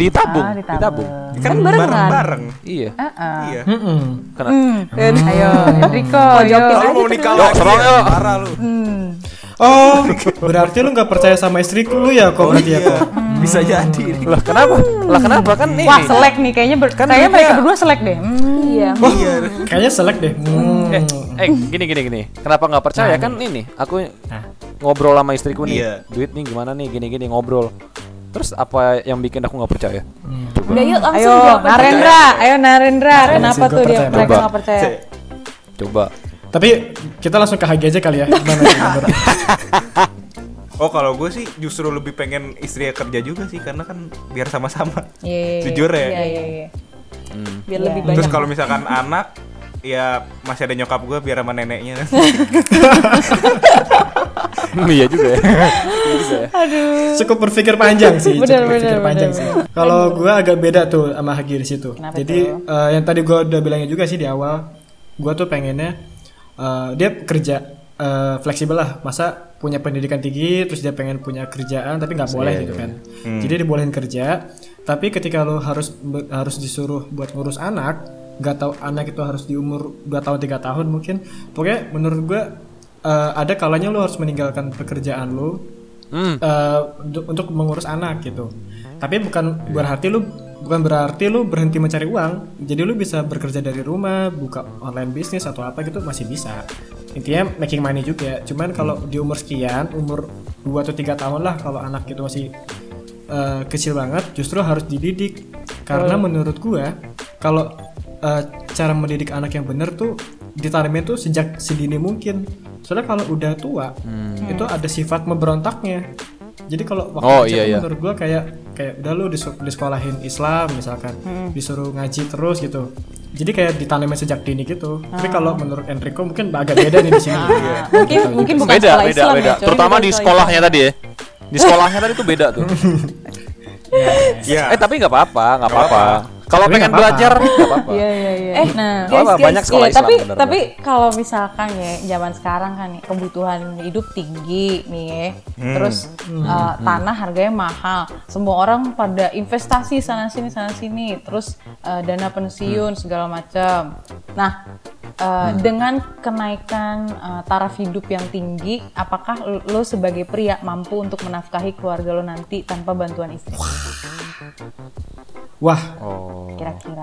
Ditabung,
Ah, ditabung. Ah,
ditabung.
Kan bareng-bareng.
Iya.
Heeh.
Iya.
Mm-mm.
Kena.
Ayo, Enrico, ayo.
Kalau lu mau nikah
Yuk,
lagi,
serang,
ya,
yuk.
parah lu.
Hmm.
Oh, berarti lu nggak percaya sama istriku lu ya kok berarti ya
Iya.
kok.
Bisa jadi.
Lah kenapa? Lah kenapa kan ini?
Wah, selek nih kayaknya. Ber- kayaknya
duitnya-
mereka berdua selek deh. Hmm.
Iya.
Kayaknya selek deh. Hmm.
Eh, eh, gini gini gini. Kenapa nggak percaya kan ini? Aku
Nah.
ngobrol sama istriku nih.
Iya.
Duit nih gimana nih? Gini gini ngobrol. Terus apa yang bikin aku nggak percaya?
Udah yuk langsung
Ayo
jawab aja.
Narendra, ayo Narendra, kenapa
gua
tuh dia
percaya.
mereka
Coba.
nggak percaya?
Coba.
Tapi kita langsung ke Hagi aja kali ya. Gimana gimana?
Oh kalau gue sih justru lebih pengen istri kerja juga sih karena kan biar sama-sama.
Iya, iya,
Jujur ya.
Iya iya iya.
biar lebih banyak.
Terus kalau misalkan anak ya masih ada nyokap gue biar sama neneknya.
Iya juga ya.
Cukup berpikir panjang sih, cukup
Bener,
berpikir
bener,
panjang sih. Kalau gua agak beda tuh sama Hagi di situ.
Kenapa
Jadi eh, yang tadi gua udah bilangnya juga sih di awal, gua tuh pengennya eh, dia kerja eh, fleksibel lah. Masa punya pendidikan tinggi terus dia pengen punya kerjaan tapi nggak boleh gitu kan. Jadi dibolehin kerja, tapi ketika lo harus be- harus disuruh buat ngurus anak, nggak tahu anak itu harus di umur 2 tahun tiga tahun mungkin. Pokoknya menurut gua eh, ada kalanya lo harus meninggalkan pekerjaan lo
Hmm.
eh, untuk, untuk mengurus anak gitu. Tapi bukan berarti lu bukan berarti lu berhenti mencari uang. Jadi lu bisa bekerja dari rumah, buka online bisnis atau apa gitu masih bisa. Intinya making money juga. Cuman kalau di umur sekian, umur 2 atau 3 tahun lah kalau anak itu masih eh, kecil banget, justru harus dididik. Karena menurut gua kalau eh, cara mendidik anak yang benar tuh ditanamin tuh sejak sedini mungkin. Soalnya kalau udah tua, itu ada sifat memberontaknya. Jadi kalau waktu
Hmm. Oh,
kecil
iya,
tuh
iya.
menurut gua kayak kayak udah lu disu- disekolahin Islam misalkan, disuruh ngaji terus gitu. Jadi kayak ditanamin sejak dini gitu. Tapi kalau menurut Enrico mungkin agak beda nih di sini.
Iya.
Mungkin mungkin bukan
beda,
sekolah
beda,
Islam
beda.
ya, cuman
Terutama
bukan
di
sekolah
sekolahnya tadi ya. Di sekolahnya tadi tuh beda tuh.
ya.
Eh tapi nggak apa-apa, nggak apa-apa. Kalau
Tapi
pengen
nggak apa-apa.
belajar nggak apa-apa.
Islam. Iya iya iya.
eh,
nah,
guys,
apa-apa,
guys,
banyak sekolah
iya,
Islam,
tapi
bener.
tapi kalau misalkan ya zaman sekarang kan nih, kebutuhan hidup tinggi nih ya.
Hmm.
terus eh, tanah harganya mahal semua orang pada investasi sana sini sana sini terus eh, dana pensiun
Hmm.
segala macam nah eh, dengan kenaikan eh, taraf hidup yang tinggi apakah lo sebagai pria mampu untuk menafkahi keluarga lo nanti tanpa bantuan istri
Wah,
Oh.
kira-kira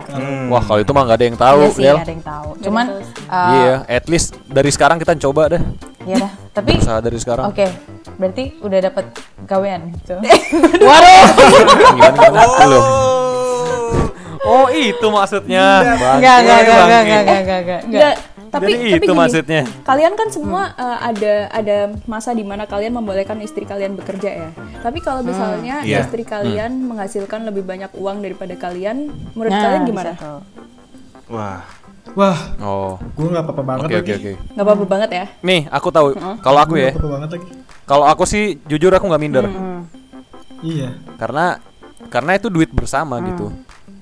Wah kalau itu mah nggak ada yang tahu,
Iya sih,
Del.
ada yang tahu. Cuman, eh,
Iya, at least dari sekarang kita coba deh.
ya dah. Tapi,
Usaha dari sekarang.
oke, berarti udah dapat gawean gitu.
Gimana, gimana? Belum. Oh itu maksudnya.
Enggak, enggak, enggak,
Bangke.
enggak, enggak, enggak, enggak, enggak.
Nggak, tapi
Jadi
tapi
itu
gini,
maksudnya.
Kalian kan semua eh, ada ada masa di mana kalian membolehkan istri kalian bekerja ya. Tapi kalau
Hmm.
misalnya
Iya.
istri
Hmm.
kalian menghasilkan lebih banyak uang daripada kalian, menurut
Nah,
kalian
bisa
gimana?
tuh.
Wah.
wah,
Oh.
gua nggak apa-apa banget
Oke
lagi.
oke oke.
Nggak apa-apa
Hmm.
banget ya.
Nih aku tahu. Kalau aku ya,
Nggak apa-apa banget lagi.
kalau aku sih jujur aku nggak minder.
Iya.
Karena karena itu duit bersama
Mm.
gitu.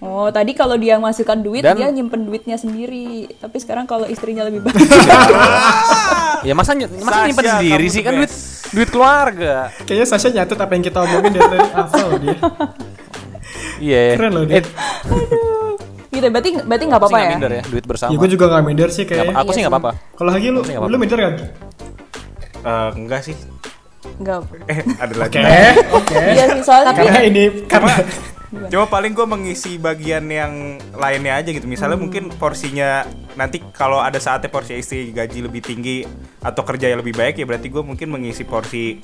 Oh, tadi kalau dia menghasilkan duit,
Dan-
dia nyimpen duitnya sendiri. Tapi sekarang kalau istrinya lebih gitu. banyak.
Ya masa ny- masa
Sasha,
nyimpen sendiri
kamu
sih
the
kan duit
best.
duit keluarga.
Kayaknya Sasha nyatet apa yang kita omongin dari tadi. Hafal dia.
Iya.
Keren loh dia.
Eh,
gitu, berarti berarti nggak
apa
apa-apa ya?
minder ya duit bersama.
Ya gue juga gak minder sih
Nggak apa-
kayaknya.
aku sih nggak apa-apa.
Kalau lagi lu,
nggak apa-apa.
lu minder kan? gak?
Eh, enggak sih.
Nggak.
Eh ada lagi.
Eh, oke.
Iya sih, soalnya
Karena ini karena
Cuma paling gue mengisi bagian yang lainnya aja gitu. Misalnya mungkin porsinya nanti kalau ada saatnya porsi istri gaji lebih tinggi atau kerja yang lebih baik ya berarti gue mungkin mengisi porsi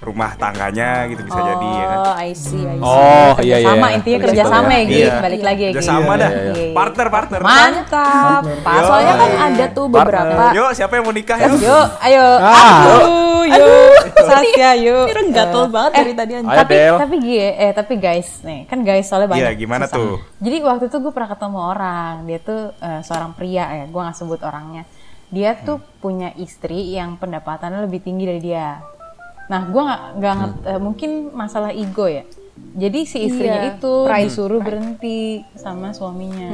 rumah tangganya gitu bisa jadi ya. kan.
Oh, I see, I see.
Oh iya iya.
Kerjasama, intinya kerjasama ya, Gi.
Iya.
Balik lagi ya, Gi.
Kerjasama dah.
Iya, iya, iya.
Partner partner.
Mantap. Pas.
Soalnya kan ada tuh beberapa.
Yuk siapa yang mau nikah yuk?
Yuk, ayo.
Ah.
Aduh, yuk. Saskia, yuk.
Ini orang gatel banget dari tadi anjing.
Ayo
tapi
Del.
tapi gie- eh tapi guys nih kan guys soalnya banyak
Iya, gimana tuh?
jadi waktu itu gue pernah ketemu orang dia tuh eh, seorang pria ya gue nggak sebut orangnya dia tuh
Hmm.
punya istri yang pendapatannya lebih tinggi dari dia nah gue nggak nggak
Hmm.
nget- eh, mungkin masalah ego ya jadi si
Iya,
istrinya itu disuruh berhenti sama suaminya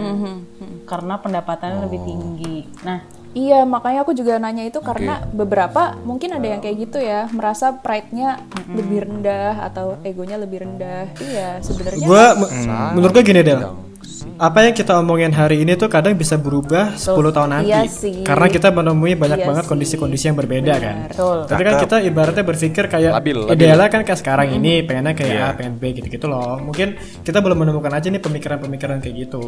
karena pendapatannya lebih
Oh.
tinggi nah
Iya, makanya aku juga nanya itu karena beberapa mungkin ada yang kayak gitu ya, merasa pride-nya lebih rendah atau egonya lebih rendah. Iya, sebenarnya.
gue menurut gue gini
Iya,
Del. Apa yang kita omongin hari ini tuh kadang bisa berubah 10 tahun nanti.
iya sih.
Karena kita menemui banyak
Iya
banget
sih.
kondisi-kondisi yang berbeda kan.
betul
Tapi kan kita ibaratnya berpikir kayak
Labil, labil. Iya.
idealnya kan kayak sekarang ini
Mm-hmm.
pengennya kayak A, pengen B gitu-gitu loh. Mungkin kita belum menemukan aja nih pemikiran-pemikiran kayak
Iya.
gitu.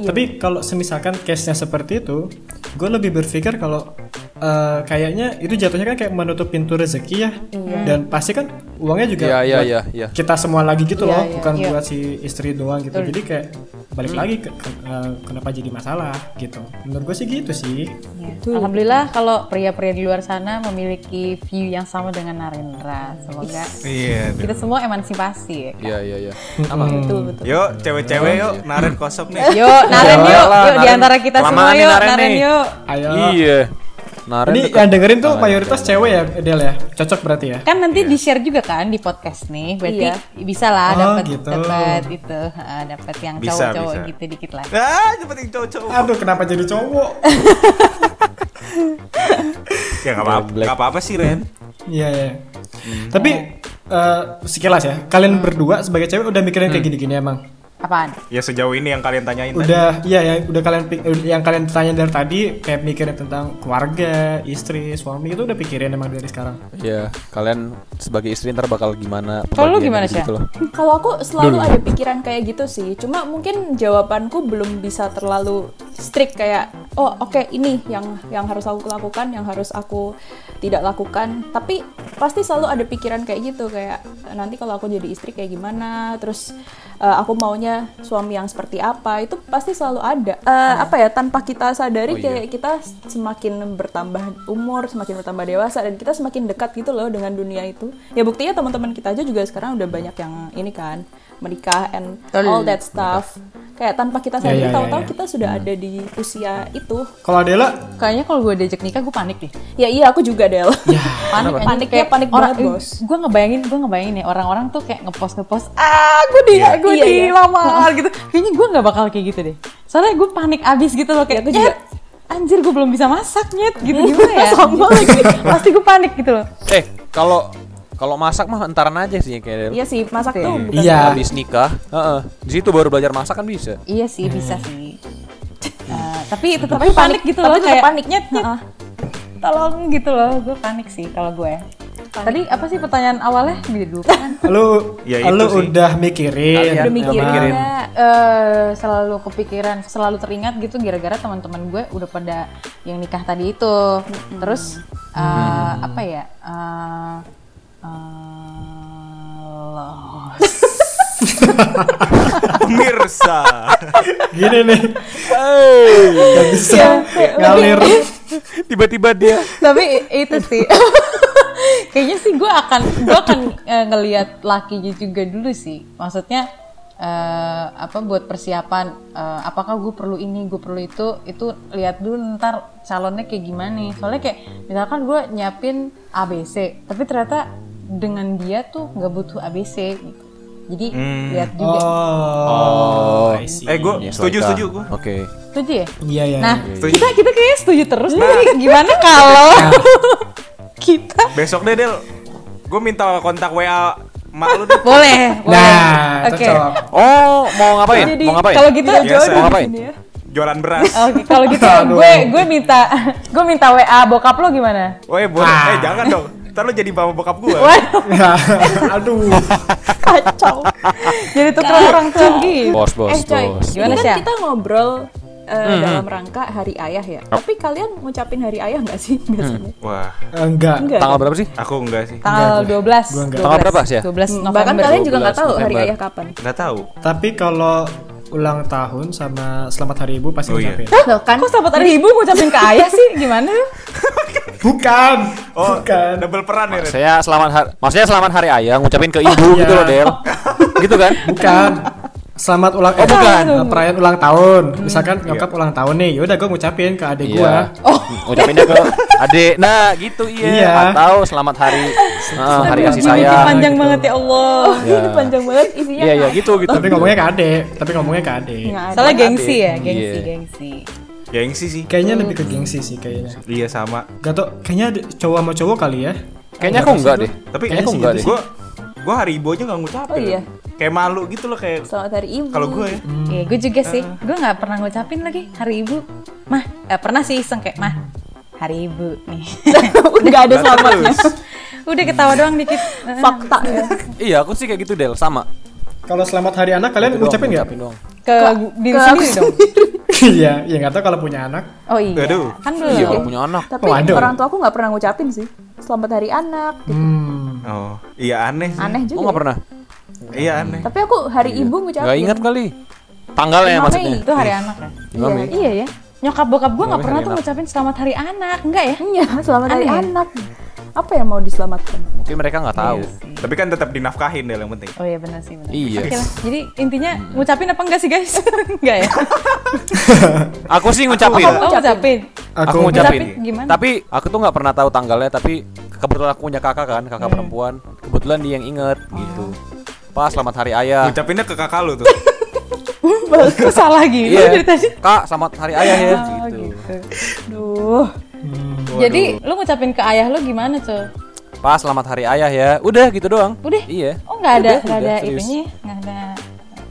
Tapi kalau semisalkan case-nya seperti itu, gue lebih berpikir kalau eh, kayaknya itu jatuhnya kan kayak menutup pintu rezeki ya.
Iya.
Dan pasti kan uangnya juga
Iya, iya,
buat
iya, iya.
kita semua lagi gitu
Iya,
loh,
iya,
bukan
iya. Hmm.
buat si istri doang gitu. Jadi kayak balik lagi ke, ke- eh, kenapa jadi masalah gitu. Menurut gue sih gitu sih.
Ya. Alhamdulillah kalau pria-pria di luar sana memiliki view yang sama dengan Narendra. Semoga
Iya.
kita semua emansipasi. ya.
Iya iya iya.
Betul betul.
Yuk, cewek-cewek yuk, naren kosong nih.
Yuk, Naren
Yaelah,
yuk, yuk di
Naren.
antara kita semua
Kelamaan nih
yuk,
Naren
Naren
nih.
yuk.
Ayo.
Iya. Naren
Ini ya.
deket-
yang dengerin tuh mayoritas cewek ya, Del ya. Cocok berarti ya.
Kan nanti di-share juga kan di podcast nih. Berarti
Iya.
bisa lah
Oh,
dapat
gitu.
dapat itu, ha, dapat yang
Bisa,
cowok-cowok
bisa.
gitu dikit lah.
Ah, itu penting cowok-cowok.
Aduh, kenapa jadi cowok?
Ya nggak apa-apa, nggak apa-apa sih Ren.
Iya, iya. Tapi eh, sekilas ya, kalian
Hmm.
berdua sebagai cewek udah mikirin kayak gini-gini emang.
Apaan?
Ya sejauh ini yang kalian tanyain tadi.
Udah, iya ya, udah kalian pik- yang kalian tanya dari tadi kayak mikirin tentang keluarga, istri, suami itu udah pikirin emang dari sekarang.
Iya, kalian sebagai istri ntar bakal gimana?
Kalau
pembagiannya
lu gimana,
gitu-gitu
Syah?
loh.
Kalau aku selalu ada pikiran kayak gitu sih. Cuma mungkin jawabanku belum bisa terlalu strict kayak oh oke ini yang yang harus aku lakukan, yang harus aku tidak lakukan. Tapi pasti selalu ada pikiran kayak gitu kayak nanti kalau aku jadi istri kayak gimana, terus eh, aku maunya suami yang seperti apa. Itu pasti selalu ada. Eh,
Ah.
apa ya tanpa kita
Oh,
sadari
iya.
kayak kita semakin bertambah umur, semakin bertambah dewasa dan kita semakin dekat gitu loh dengan dunia itu. Ya buktinya teman-teman kita aja juga sekarang udah banyak yang ini kan menikah and all that stuff. Kayak tanpa kita sadari
ya, ya,
tahu-tahu
ya.
kita sudah ada di usia itu.
Kalau Adela,
Kayaknya kalau gue diajak nikah gue panik deh.
Ya iya aku juga Del.
Ya.
panik anjing.
Paniknya
Kayak
panik
orang,
banget, Bos.
gue ngebayangin gue ngebayangin ya orang-orang tuh kayak ngepost ngepost ah gue di gue
Iya, iya.
dilamar gitu kayaknya gue nggak bakal kayak gitu deh soalnya gue panik abis gitu loh
Ya,
kayak
aku juga.
"Nyet, anjir gue belum bisa masak nyet gitu gimana ya lagi pasti gue panik gitu loh
Eh, kalau kalau masak mah entaran aja sih kayak
Iya sih, masak tuh bukan
iya.
habis nikah. Ya. Heeh. Di situ baru belajar masak kan bisa.
iya sih bisa sih Eh, tapi tetap
Tapi
panik, panik
panik-
gitu
tapi
loh
tetap
kayak
panik.
"Nyet, nyet,
Heeh.
tolong gitu loh gue panik sih kalau gue tadi apa sih pertanyaan awalnya Bila dulu kan
Lu
Ya, itu
lu
sih.
udah Iya, mikirin, ya kan?
udah
emang.
mikirin.
eh selalu kepikiran, selalu teringat gitu gara-gara teman-teman gue udah pada yang nikah tadi itu. Terus eh, apa ya? Eh eh, los.
Pemirsa.
Gini nih. Gak bisa
Ya,
ngalir.
Tiba-tiba dia
Tapi i- itu sih. Kayaknya sih gue akan gue akan eh, ngelihat lakinya juga dulu sih. Maksudnya eh, apa buat persiapan eh, apakah gue perlu ini, gue perlu itu, itu lihat dulu ntar calonnya kayak gimana. Soalnya kayak misalkan gue nyiapin ABC, tapi ternyata dengan dia tuh nggak butuh ABC gitu. Jadi lihat juga.
Oh. I see.
eh gue
Ya,
setuju
Soika.
setuju gue.
Oke.
Setuju ya?
Iya, iya.
Nah,
Setuju.
kita kita kayaknya setuju terus nih. Gimana kalau kita
Besok deh Del. Gue minta kontak WA mak lu deh.
boleh, boleh.
Nah,
Oke.
cocok.
Oh, mau ngapain?
Jadi,
mau ngapain? Iya.
Kalau gitu,
Tidak
Biasa.
jauh
mau
dari
ngapain?
sini ya.
Jualan beras.
Oke, kalau gitu gue gue minta gue minta WA bokap lo gimana?
Woi, boleh.
Ah.
Eh, jangan dong. Ntar lu jadi bapak bokap gue.
Waduh,
Aduh.
Kacau.
jadi tukeran orang tua gitu.
Bos, bos,
eh coy,
bos.
ini
Gimana,
kan
Syah?
kita ngobrol eh,
Hmm.
dalam rangka Hari Ayah ya. Tapi kalian ngucapin Hari Ayah nggak sih
Hmm.
biasanya?
Wah,
Enggak.
Enggak.
Tanggal berapa sih?
aku enggak sih.
Tanggal 12.
Gua enggak.
Tanggal berapa sih ya?
12 November.
Hmm, Bahkan kalian juga nggak
12
tahu Hari
November.
Ayah kapan.
Enggak tahu.
Tapi kalau ulang tahun sama selamat hari ibu pasti
Oh, iya.
ngucapin.
Loh, kan kok sahabat ada ibu ngucapin ke ayah sih? Gimana?
Bukan.
Oh,
bukan.
double peran ya, Ren.
Saya selamat hari, maksudnya selamat hari ayah ngucapin ke ibu
iya.
gitu loh, Del. gitu kan?
Bukan. Selamat ulang
Oh,
eh,
gitu.
bukan.
eh, perayaan ulang tahun.
Hmm.
Misalkan
Iya.
nyokap ulang tahun nih, yaudah gue ngucapin ke adik gua.
Oh, ngucapinnya ke adik. Nah, gitu iya.
Iya.
Atau selamat hari ah, hari kasih
Ini
sayang.
panjang banget ya Allah.
Oh, Ini panjang banget isinya.
Iya, iya, gitu gitu.
Oh.
Tapi ngomongnya ke adik, tapi ngomongnya ke adik.
Soalnya gengsi ya,
Adik.
gengsi,
Iya.
gengsi.
Gengsi Ya, sih.
Kayaknya lebih ke gengsi sih kayaknya.
Iya sama.
Gak tau, kayaknya ada cowok sama cowok kali ya.
Kayaknya aku enggak deh.
Tapi
kayaknya aku
sih
enggak deh.
Gue gue hari ibu aja nggak ngucapin.
Oh, iya.
Kayak malu gitu loh kayak.
Selamat Hari Ibu.
Kalau gue ya.
Hmm.
Iya, gue juga sih.
Hmm.
Gue nggak pernah ngucapin lagi hari ibu. Mah, eh, pernah sih iseng kayak mah hari ibu nih.
nggak ada selamatnya.
Terus.
Udah ketawa doang dikit.
Fakta ya.
Iya, aku sih kayak gitu, Del. Sama.
Kalau selamat hari anak kalian
Gitu doang,
ngucapin nggak?
ngucapin doang.
ke diri
ke
sendiri
aku
dong.
Iya, ya nggak tahu kalau punya anak.
Oh iya.
Aduh.
Kan belum.
Iya kalau punya anak.
Tapi
Waduh.
orang tua aku nggak pernah ngucapin sih. Selamat hari anak.
Hmm.
Oh, iya aneh sih.
Aneh
Oh
juga.
nggak
ya.
pernah.
Iya aneh.
Tapi aku hari ibu ngucapin.
Nggak ingat kali. Tanggalnya
Lima Mei
Iya, maksudnya. Oh,
itu hari anak ya.
Lima Mei.
Iya ya. Nyokap bokap gue nggak
Mei
pernah
hari
tuh
anak.
ngucapin selamat hari anak, enggak ya?
Iya, selamat hari
Aneh.
anak. Apa yang mau diselamatkan?
Mungkin mereka nggak tahu.
Tapi kan tetap dinafkahin deh yang penting.
Oh iya benar sih benar.
Iya.
Oke lah. Jadi intinya ngucapin apa enggak sih guys? enggak ya?
Aku sih ngucapin.
Aku-
Oh, ngucapin.
Aku
Aku,
ngucapin.
Ngucapin gimana?
Tapi aku tuh nggak pernah tahu tanggalnya. Tapi kebetulan aku punya kakak kan, kakak
Iya.
perempuan. Kebetulan dia yang inget
Oh.
gitu. Pas selamat hari ayah.
Ngucapinnya ke kakak lu tuh.
Kok salah gitu
Iya.
dari tadi?
Kak, selamat hari ayah ya.
Oh,
Gitu.
gitu. Duh. Jadi lu ngucapin ke ayah lu gimana, Cul?
Pak, selamat hari ayah ya. Udah gitu doang.
Udah?
Iya.
Oh, enggak ada
Udah,
enggak ada
udah, serius.
itunya, enggak ada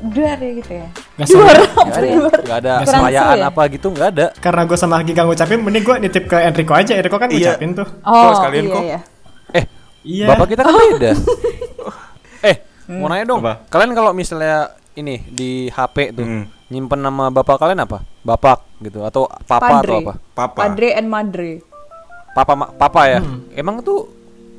duar ya gitu ya.
Nggak seru.
Nggak ada, nggak ada
Kurang seru
perayaan
ya?
apa gitu, nggak ada.
Karena gue sama Haki gak ngucapin, mending gue nitip ke Enrico aja. Enrico kan
Iya.
ngucapin tuh.
Kalau sekalian kok.
iya.
Eh,
Iya.
bapak kita
Oh.
kan beda. eh, mau nanya dong.
Apa?
Kalian kalau misalnya ini di HP tuh
Hmm.
nyimpen nama bapak kalian apa? Bapak gitu atau papa atau
Padre.
apa?
Papa.
Padre and madre.
Papa ma- papa ya. Emang tuh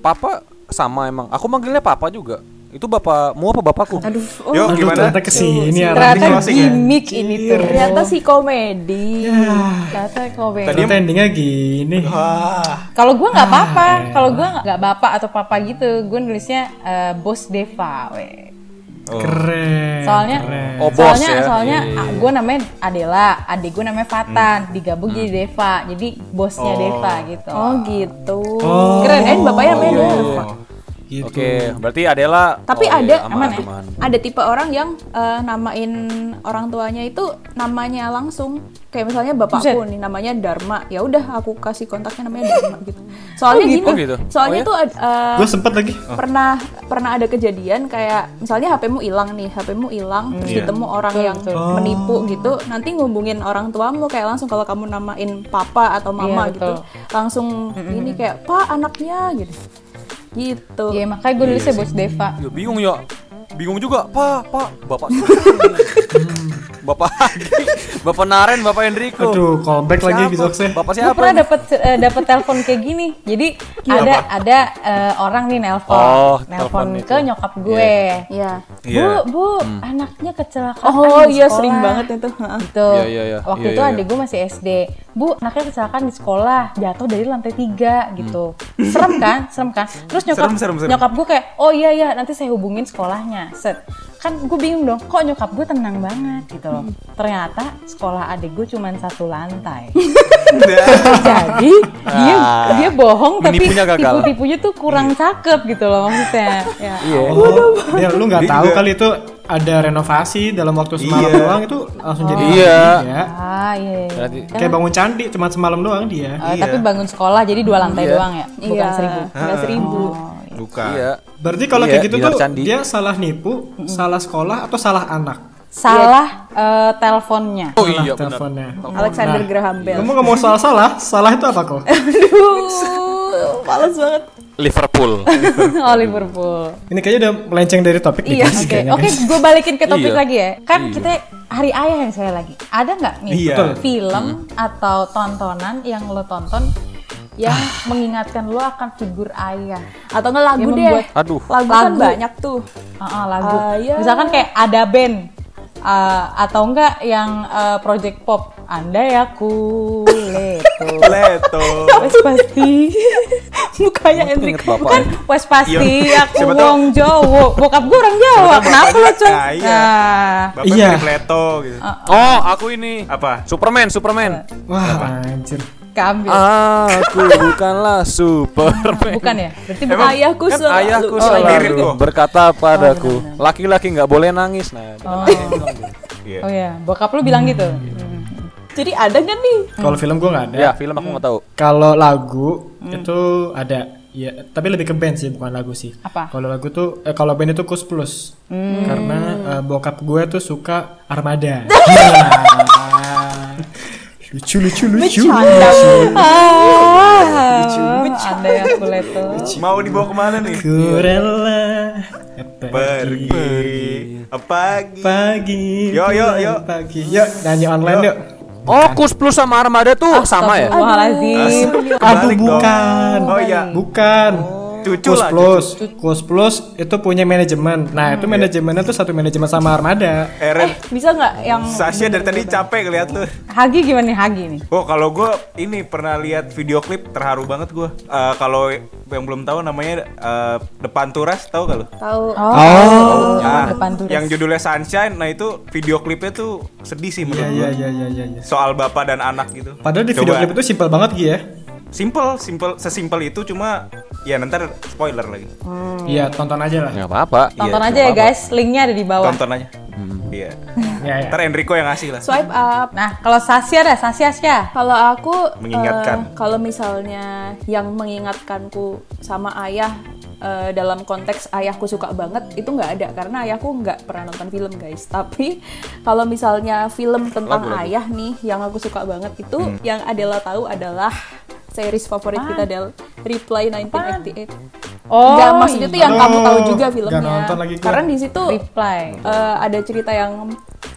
papa sama emang. Aku manggilnya papa juga. Itu bapakmu apa bapakku?
Aduh, oh,
Yuk
Aduh,
gimana?
ternyata kesini
Ternyata
arahnya.
closing ya?
gimmick ini
Iya.
tuh.
ternyata si komedi.
Iya.
Ternyata komedi.
Ternyata endingnya gini.
Kalau gue
Ah,
nggak apa-apa,
iya.
kalau gue nggak bapak atau papa gitu, gue nulisnya eh, bos Deva, we.
Keren.
Soalnya,
Oh, bos
soalnya,
ya.
soalnya
Iya, iya,
gue namanya Adela, adik gue namanya Fatan, digabung jadi Deva, jadi bosnya Deva gitu.
Oh gitu.
Oh.
Keren kan bapaknya namanya
Oh.
Deva.
Gitu.
Oke, berarti Adela
Tapi
oh,
ada ya?
iya, aman,
aman, eh,
aman.
ada tipe orang yang eh, namain orang tuanya itu namanya langsung. Kayak misalnya bapakku
Buset.
nih namanya Dharma. Ya udah aku kasih kontaknya namanya Dharma gitu. Soalnya
Oh, gitu.
gini,
Oh, gitu.
soalnya
Oh, ya?
tuh ad- eh,
Gue sempet lagi.
pernah pernah ada kejadian kayak misalnya HPmu hilang nih, HPmu hilang terus ketemu orang yang menipu gitu, nanti ngubungin orang tuamu kayak langsung kalau kamu namain papa atau mama
Iya,
gitu,
betul.
langsung ini kayak Pak anaknya gitu. Gitu.
Iya makanya gue nulisnya bos Deva.
Ya bingung ya. Bingung juga, Pak, Pak, Bapak. Hmm. bapak Bapak Naren, Bapak Enrico.
Aduh, callback lagi
Siapa?
besok sih.
Bapak
Gue
siapa?
pernah dapat eh, dapat telepon kayak gini. Jadi ada ada eh, orang nih nelpon,
Oh,
nelpon
telepon
ke
itu.
nyokap gue.
Iya.
Bu,
Iya.
bu, anaknya kecelakaan.
Oh
Kan di
iya
sekolah."
sering banget itu. Heeh.
gitu.
Iya, iya, iya.
Waktu
Iya,
itu
iya,
adik gue masih SD. Bu, anaknya kecelakaan di sekolah, jatuh dari lantai tiga gitu.
Hmm.
Serem kan? Serem kan? Terus nyokap
Serem, serem, serem.
nyokap gue kayak, "Oh iya iya, nanti saya hubungin sekolahnya." Set. Kan gue bingung dong, kok nyokap gue tenang banget gitu loh.
Hmm.
Ternyata sekolah adik gue cuma satu lantai.
Iya.
Jadi dia
Ah.
dia bohong tapi
Menipunya gagal. Hmm.
tipu-tipunya tuh kurang cakep gitu loh maksudnya. Ya.
Iya.
Oh, dia lu nggak
Dia
tahu
juga-
kali itu ada renovasi dalam waktu semalam
Iya.
doang itu langsung jadi
Iya.
ya.
Ah iya. iya.
Berarti-
Kayak bangun candi cuma semalam doang dia.
Ah.
Eh, Tapi bangun sekolah jadi dua lantai
Iya.
doang ya, bukan seribu.
Enggak seribu.
Bukan.
Iya.
Berarti kalau
Iya,
kayak gitu
di
tuh
luar candi.
dia salah nipu, salah sekolah atau salah anak?
salah eh, teleponnya.
Oh
Nah,
iya benar.
teleponnya. Nah,
Alexander Graham Bell.
Kamu ngomong soal salah, salah itu apa kok?
Aduh, males banget.
Liverpool.
oh Liverpool.
Ini kayaknya udah melenceng dari topik
Iya,
nih, guys,
Oke,
kayaknya, kan.
oke,
guys.
gue balikin ke topik
Iya.
lagi ya. Kan kita hari ayah yang saya lagi. Ada nggak nih
Iya.
Betul.
film atau tontonan yang lo tonton yang mengingatkan lo akan figur ayah?
Atau nggak lagu
Yang
deh.
membuat-
Aduh.
Lagu, kan
Lagu.
banyak tuh.
Ah, ah, lagu.
Ayah.
Misalkan kayak ada band eh, atau enggak yang eh, project pop. Andai aku leto.
Leto.
Wes pasti mukanya
Untung
Enrico
inget bapak.
bukan Wes pasti
Iya.
aku
Siapa tahu-
wong Jawa bokap gue orang Jawa
Siapa tahu
kenapa lo
bapaknya-
cuy
Ah, iya.
nah
Bapak
Iya.
mirip Leto gitu.
Ah.
ah.
oh, aku ini.
Apa?
Superman, Superman.
Wah, anjir.
Ah.
keambil
Iya.
Aku bukanlah Superman.
bukan ya berarti bukan
Emang, ayahku
Kan
selalu.
ayahku
Oh, iya.
selalu
Mirip kok.
berkata
Oh,
padaku, laki-laki nggak boleh nangis. Nah, itu kan ayah bilang gitu.
Iya.
oh ya bokap lo bilang gitu
Hmm,
Jadi ada nggak nih?
Kalau film gue nggak ada.
ya film aku nggak tahu.
Kalau lagu itu ada ya, tapi lebih ke band sih bukan lagu sih.
Apa?
Kalau lagu tuh eh, kalau band itu Kus Plus. Karena eh, bokap gue tuh suka Armada. Gila. lucu lucu lucu.
ah anda ya aku leto
Mau dibawa kemana nih?
Ku rela pergi
Pergi. Pagi.
pagi.
Iya.
Yo, yo, yo.
pulang Pagi. Yuk nyanyi online yuk.
Oh, Kus Plus sama Armada
Ah,
tuh sama ya?
Astagfirullahaladzim.
Aduh
Kebalik dong.
bukan.
Oh iya.
Bukan.
Cucu
Kus
lah,
Plus, Kus Plus itu punya manajemen. Nah itu manajemennya tuh satu manajemen sama Armada.
Eh, Ren,
Bisa nggak yang
Sasha dari tadi capek ngeliat lu.
Hagi gimana nih Hagi nih?
Oh kalau gue ini pernah lihat video klip terharu banget gue. Eh, kalau yang belum tahu namanya eh, Depan Turas tahu gak lu?
tahu?
Oh,
Nah,
depan turis.
yang judulnya Sunshine. Nah itu video klipnya tuh sedih sih menurut gue.
Iya iya iya iya iya. iya.
Soal bapak dan anak gitu.
Padahal di
Coba.
video klip itu simpel banget gitu ya.
simple, simple, sesimpel itu cuma ya nanti spoiler lagi.
Oh,
Iya tonton aja lah.
Nggak apa-apa.
Tonton
Iya,
aja ya guys, linknya ada di bawah.
Tonton aja. Iya.
Iya iya.
Ntar Enrico yang ngasih lah.
Swipe up.
Nah, kalau Sasya dah, Sasya Sasya.
Kalau aku eh,
Mengingatkan.
kalau misalnya yang mengingatkanku sama ayah eh, dalam konteks ayahku suka banget itu nggak ada karena ayahku nggak pernah nonton film guys. Tapi kalau misalnya film tentang ayah nih yang aku suka banget itu yang Adela tahu adalah series favorit kita Del Reply 1988.
Oh,
Nggak, maksudnya itu yang kamu tahu
Aduh,
juga
iya. nggak
filmnya.
nonton lagi gua.
Karena di situ
reply.
Eh, ada cerita yang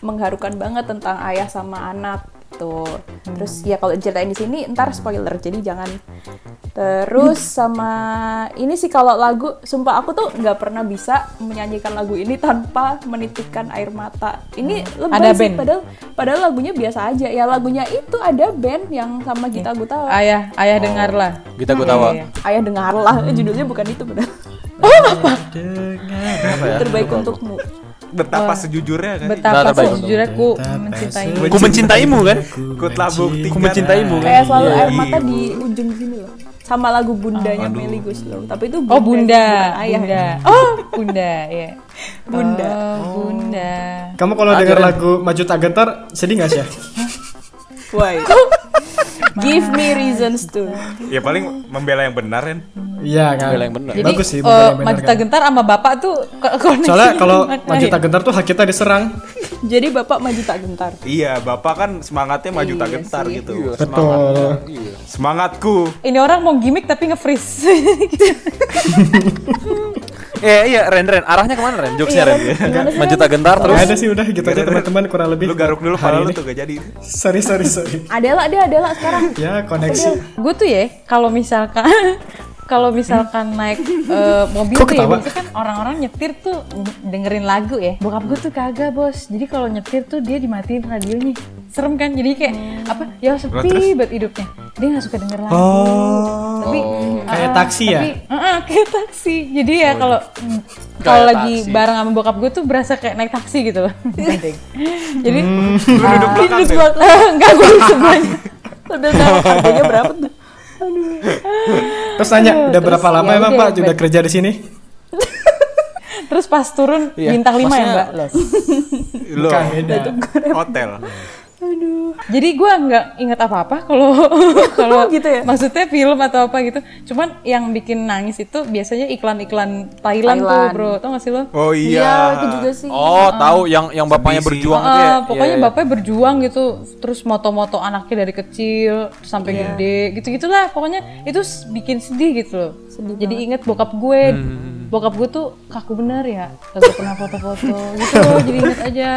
mengharukan banget tentang ayah sama anak tuh.
Hmm.
Terus ya kalau diceritain di sini ntar spoiler jadi jangan. Terus sama ini sih kalau lagu sumpah aku tuh nggak pernah bisa menyanyikan lagu ini tanpa menitikkan air mata. Ini lebih
Hmm. Ada
sih,
band?
padahal padahal lagunya biasa aja. Ya lagunya itu ada band yang
Iya.
sama Gita Gutawa.
Ayah, ayah dengarlah.
Kita gue tawa.
Iya, iya.
Ayah dengarlah
Hmm.
judulnya bukan itu benar. Terbaik untukmu.
Betapa sejujurnya kan.
Betapa
Nah, terbaik.
sejujurnya ku mencintai.
iya.
Ku mencintaimu kan?
Ku telah buktikan.
Ku mencintaimu kan?
Kayak selalu
Iya,
air
iya.
mata di ujung sini loh. Sama lagu bundanya Melly Goeslaw. Tapi itu
Oh, Bunda,
bukan ayah. ya?
Bunda. Oh, Bunda, ya.
Bunda.
Oh, Bunda.
Kamu kalau dengar lagu Maju Tak Gentar sedih nggak sih? ya?
Why? Give me reasons to.
Ya paling membela yang benar Ren.
Iya kan.
Bela yang benar.
Jadi,
Bagus sih.
eh,
bener yang benar
Maju
kan.
Tak Gentar sama Bapak tuh ko- koneksi.
Soalnya kalau
gimana
Maju
ya?
Tak Gentar tuh hak kita diserang.
Jadi bapak maju tak gentar.
Iya, bapak kan semangatnya maju
Iya
tak gentar gitu.
Betul.
Semangatku.
Ini orang mau gimmick tapi nge-freeze.
Iya iya Ren Ren arahnya kemana Ren? Jokesnya
Iya,
Ren. Maju tak gentar
Nggak
terus.
ada sih udah gitu aja teman-teman kurang lebih.
Lu garuk dulu pala
hari
lu
ini.
tuh gak jadi.
Sorry sorry sorry.
Adela, dia Adela sekarang.
Ya koneksi.
gue tuh ya kalau misalkan kalau misalkan naik eh, mobil
Kok
tuh ya
ketawa?
biasanya kan orang-orang nyetir tuh dengerin lagu ya bokap gue tuh kagak bos jadi kalau nyetir tuh dia dimatiin radionya serem kan jadi kayak apa ya sepi banget hidupnya dia nggak suka denger lagu tapi
Kayak taksi ya?
tapi, eh, kayak taksi jadi ya kalau kalau
Kayak
lagi
taksi.
bareng sama bokap gue tuh berasa kayak naik taksi gitu loh jadi
Lu duduk belakang. Ren.
enggak gue di sebelahnya
Lebih dalam harganya berapa tuh?
Terus tanya udah berapa lama
ya
emang
udah,
Pak sudah kerja di sini?
terus pas turun
Iya,
bintang lima ya
maksudnya-
mbak Los.
Lu
Bukan, beda.
hotel.
Jadi gue nggak inget apa-apa kalau
Oh,
kalau
Gitu ya?
Maksudnya film atau apa gitu. Cuman yang bikin nangis itu biasanya iklan-iklan Thailand, tuh
Thailand.
bro. Tau gak sih lo?
Oh iya.
itu juga sih.
Oh tahu yang yang
Sedih
bapaknya
sih.
berjuang itu ya.
Ah, pokoknya
Iya, iya.
bapaknya berjuang gitu, terus moto-moto anaknya dari kecil sampai
Iya.
gede, gitu-gitulah. Pokoknya itu s- bikin sedih gitu loh. Jadi inget bokap gue,
Hmm,
bokap gue tuh kaku bener ya, kagak pernah foto-foto gitu loh. Jadi inget aja.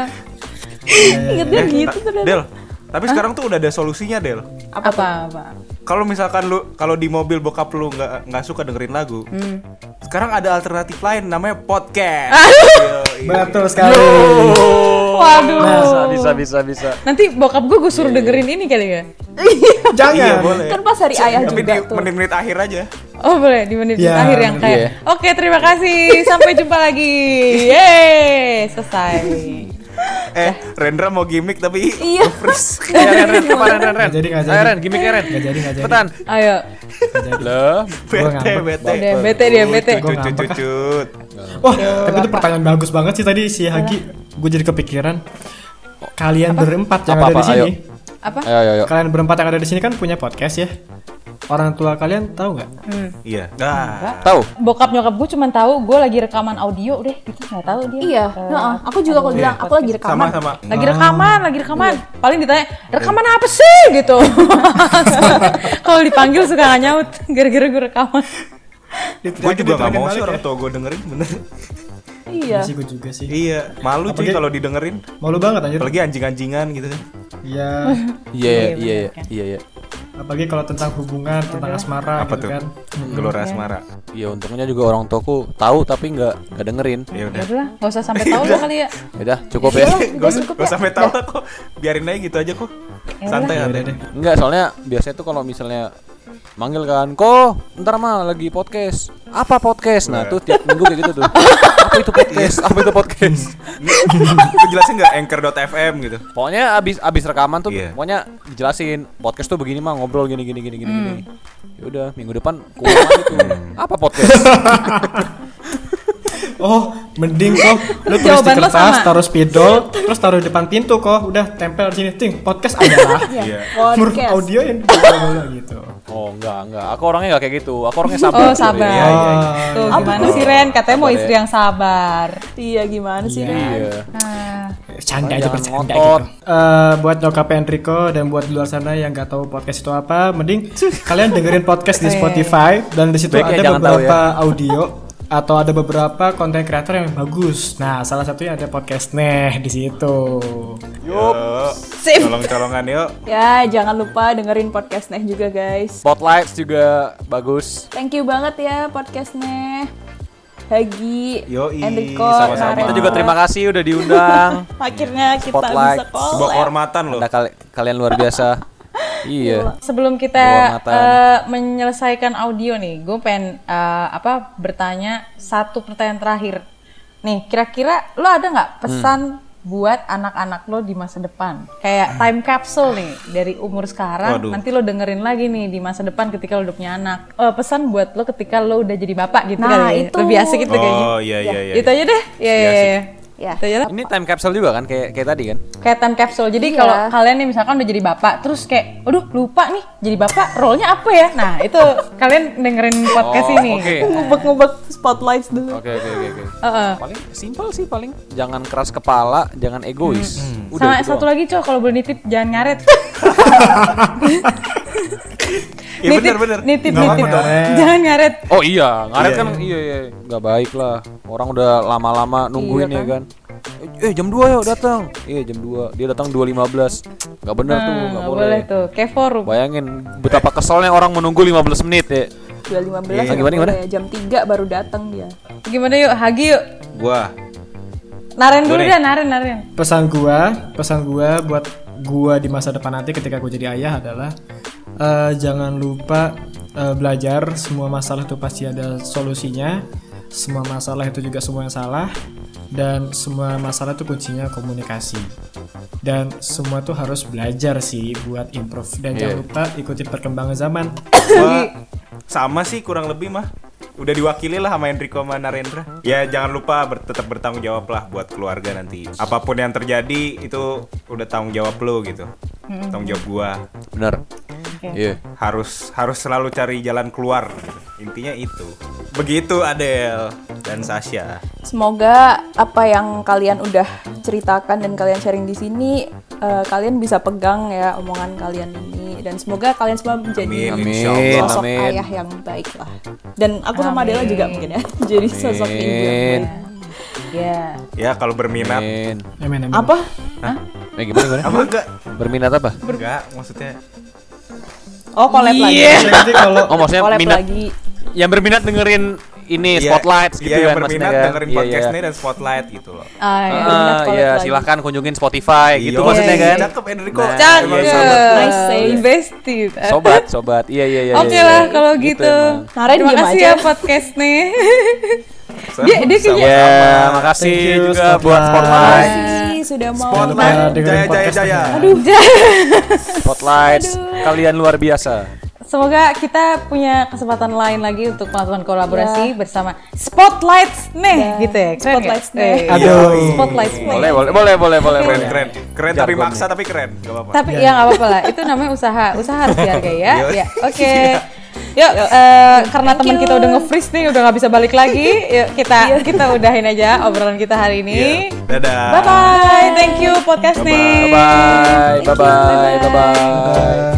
Iya,
Ingatnya
Eh,
gitu
Ta-
ternyata.
Del, tapi sekarang tuh udah ada solusinya Del.
Apa-apa?
Kalau misalkan lu kalau di mobil bokap lu nggak nggak suka dengerin lagu, sekarang ada alternatif lain namanya podcast. Yoi.
Betul sekali.
Waduh.
Bisa bisa bisa bisa.
Nanti bokap gue gue
Iya,
suruh dengerin ini kali ya.
Iya
Jangan.
boleh.
Kan pas hari ayah
Tapi
juga
di
tuh.
menit-menit akhir aja.
Oh boleh di menit
Ya,
akhir yang kayak.
iya.
Oke terima kasih sampai jumpa lagi. Yeay selesai.
Eh, Rendra mau gimmick tapi
Iya.
Iya, Ren Ren coba Ren Ren Ren.
Nggak jadi nggak
Ayo,
jadi.
Ren gimmick Ren.
Nggak jadi nggak jadi.
Cepetan.
Ayo
Loh.
bete
ngambek.
bete.
udah bete dia bete.
Gua
Cucut
ngambek, ah.
cucut.
Wah, Oh, tapi itu pertanyaan bagus banget sih tadi si Hagi. Gue jadi kepikiran. Kalian berempat yang
Apa,
ada di
apa,
sini,
ayo.
Apa?
Ayo ayo ayo.
kalian berempat yang ada di sini kan punya podcast ya. Orang tua kalian tahu nggak?
Iya. Nah,
Tahu.
Bokap nyokap gue cuma tahu gue lagi rekaman audio deh gitu nggak tahu dia.
Iya,
Eh,
heeh. aku juga kalau bilang aku lagi rekaman.
sama-sama.
lagi rekaman, lagi rekaman.
Iya.
Paling ditanya rekaman apa sih gitu. Kalau dipanggil suka nggak nyaut gara-gara gue rekaman.
Gue juga nggak mau sih orang tua gue dengerin bener.
Iya.
Masih gue juga sih.
Iya, malu cuy
Apalagi-
kalau didengerin.
Malu banget anjir.
Apalagi anjing-anjingan gitu kan.
Iya.
Iya iya iya iya.
Apalagi kalau tentang hubungan, tentang asmara
Apa tuh?
gitu kan.
Gelora asmara.
Iya untungnya juga orang tuaku tahu tapi nggak nggak dengerin.
Iya.
Ya udah.
Udah, nggak usah sampai tahu lah kali ya.
Ya udah cukup ya.
Gak usah, gak usah sampai tahu lah kok. Biarin aja gitu aja kok. Santai
Iya,
santai.
Enggak soalnya biasanya tuh kalau misalnya manggil kan, kok ntar mah lagi podcast. Apa podcast?
Iya.
Nah tuh tiap minggu kayak gitu tuh. Apa itu podcast? Apa itu podcast?
Itu jelasin nggak anchor.fm gitu.
Pokoknya abis abis rekaman tuh,
Iya.
pokoknya dijelasin podcast tuh begini mah ngobrol gini gini gini gini gini.
Hmm.
Ya udah minggu depan kurang lagi tuh. Apa podcast?
Oh, mending kok lu tulis di
Jawaban lo
kertas,
sama.
taruh spidol, terus taruh di depan pintu kok, udah tempel di sini, ting, podcast adalah
Iya.
menurut
Podcast.
audio yang dibawa gitu.
oh enggak enggak. Aku orangnya enggak kayak gitu. Aku orangnya sabar.
Oh,
cuy.
sabar.
Iya, iya, iya.
Tuh, gimana sih Ren? Katanya mau istri yang sabar.
Iya gimana sih Ren?
Iya.
Canda aja
Jangan
bercanda
ngotot.
gitu. buat nyokap Enrico dan buat di luar sana yang nggak tahu podcast itu apa, mending kalian dengerin podcast di Spotify dan di situ
Baiknya
ada
jangan tahu ya.
beberapa audio atau ada beberapa konten kreator yang bagus. Nah, salah satunya ada podcast Neh di situ.
Yup.
Sip.
Colong-colongan yuk.
Ya jangan lupa dengerin podcast Neh juga guys.
Spotlights juga bagus.
Thank you banget ya podcast Neh. Hagi,
Yoi,
Enrico,
Oh,
sama-sama.
iya.
Naren.
Kita juga terima kasih udah diundang.
Akhirnya kita
Spotlight.
bisa call.
Sebuah kehormatan loh.
Anda kal- kalian luar biasa. iya.
Sebelum kita
Dua mata.
eh, menyelesaikan audio nih, gue pengen eh, apa bertanya satu pertanyaan terakhir. Nih, kira-kira lo ada nggak
Hmm.
pesan buat anak-anak lo di masa depan? Kayak time capsule nih dari umur sekarang,
Ah. Waduh.
nanti lo dengerin lagi nih di masa depan ketika lo udah punya anak. Eh, pesan buat lo ketika lo udah jadi bapak gitu
Nah,
kali. ya.
itu.
Lebih asik gitu kayaknya.
Oh iya iya iya.
Itu aja deh. Iya iya iya.
Ya.
Itu aja lah.
Ini time capsule juga kan kayak kayak tadi kan?
kayak time capsule. Jadi
Iya.
kalau kalian nih misalkan udah jadi bapak, terus kayak, aduh lupa nih jadi bapak, role-nya apa ya? Nah itu kalian dengerin podcast
Oh,
ini.
Oke.
Ngubek-ngubek spotlights dulu.
Oke oke oke oke.
Heeh.
Paling simpel sih paling Hmm. jangan keras kepala, jangan egois.
Sama
itu
satu
doang.
lagi cow, kalau boleh nitip jangan ngaret.
Iya bener bener.
Nitip,
Nggak
nitip.
apa-apa, Ren.
Jangan ngaret.
Oh iya, ngaret kan iya iya nggak baik lah. Orang udah lama-lama nungguin ya kan. Eh jam 2 ya datang. Iya jam 2. Dia datang 2.15. Nggak benar tuh,
Nah,
nggak
nggak
boleh.
boleh tuh, kepo rum.
Bayangin betapa keselnya orang menunggu 15 menit ya.
2.15
Iya.
nggak
Gimana, gimana?
boleh, jam 3 baru datang dia.
Gimana yuk, Hagi yuk.
Gua
Naren dulu
Boleh.
dah, naren, naren.
pesan gua pesan gua buat gua di masa depan nanti ketika gua jadi ayah adalah eh, jangan lupa eh, belajar semua masalah itu pasti ada solusinya semua masalah itu juga semua yang salah dan semua masalah itu kuncinya komunikasi dan semua tuh harus belajar sih buat improve dan jangan lupa ikuti perkembangan zaman
gua sama sih kurang lebih mah. Udah diwakili lah sama Enrico sama Narendra. Ya jangan lupa ber- tetap bertanggung jawab lah buat keluarga nanti. Apapun yang terjadi itu udah tanggung jawab lo gitu. Tanggung jawab gua.
Benar. Iya.
Harus harus selalu cari jalan keluar. gitu. Intinya itu. Begitu Adel dan Sasha.
Semoga apa yang kalian udah ceritakan dan kalian sharing di sini eh, kalian bisa pegang ya omongan kalian ini dan semoga kalian semua menjadi
Amin.
Amin.
Insyaallah.
sosok
Amin.
ayah yang baik lah. Dan aku sama Adela juga mungkin ya jadi sosok ibu yang
Amin.
baik.
Ya.
Iya.
Ya kalau berminat
Amin.
Amin, amin.
Apa?
Eh gimana gimana?
apa enggak?
Berminat apa?
Enggak, maksudnya
Eh,
Oh, collab lagi.
Nanti kalau
Oh maksudnya
Collab
minat
lagi.
yang berminat dengerin ini
Iya,
spotlight gitu
iya,
kan
yang berminat
maksudnya kan?
dengerin
Iya,
podcast
iya.
ini dan spotlight gitu loh.
Ah, ya.
berminat
Ah,
collab
iya,
lagi.
silahkan kunjungin Spotify gitu maksudnya
Iya,
kan.
Cakep Enrico. Iya, Emang sahabat.
Cakep.
Nice save.
Invested.
Sobat, sobat. Iya, iya, iya.
Oke
iya,
lah
iya.
kalau gitu.
emang.
Naren
Terima
diem
kasih
aja.
ya podcast nih. dia gitu. dia
Ya,
kayaknya
makasih
Thank you,
juga
Spotlight.
buat Spotlight.
Makasih sudah mau
Jangan lupa
Spotlight,
dengerin
jaya, jaya,
podcast
jaya.
kita.
Spotlight. Kalian luar biasa.
Semoga kita punya kesempatan lain lagi untuk melakukan kolaborasi bersama Spotlights nih gitu ya. Keren
Iya. Spotlights
nggak?
nih.
Iya,
Eh,
Aduh.
Spotlights nih.
Boleh, boleh, boleh, boleh, boleh.
Iya, Keren,
boleh.
keren. Keren tapi
Jargonnya.
maksa tapi keren. Gak apa-apa.
Tapi
Iya.
ya nggak apa-apa lah. Itu namanya usaha. Usaha harus dihargai ya.
Yo.
ya. Oke.
Iya.
Yuk, eh, karena teman
you. Iya.
kita udah nge-freeze nih, udah nggak bisa balik lagi. Yuk kita kita udahin aja obrolan kita hari ini.
Iya. Dadah.
Bye bye. Thank you podcast nih.
Bye, bye, bye, bye, bye.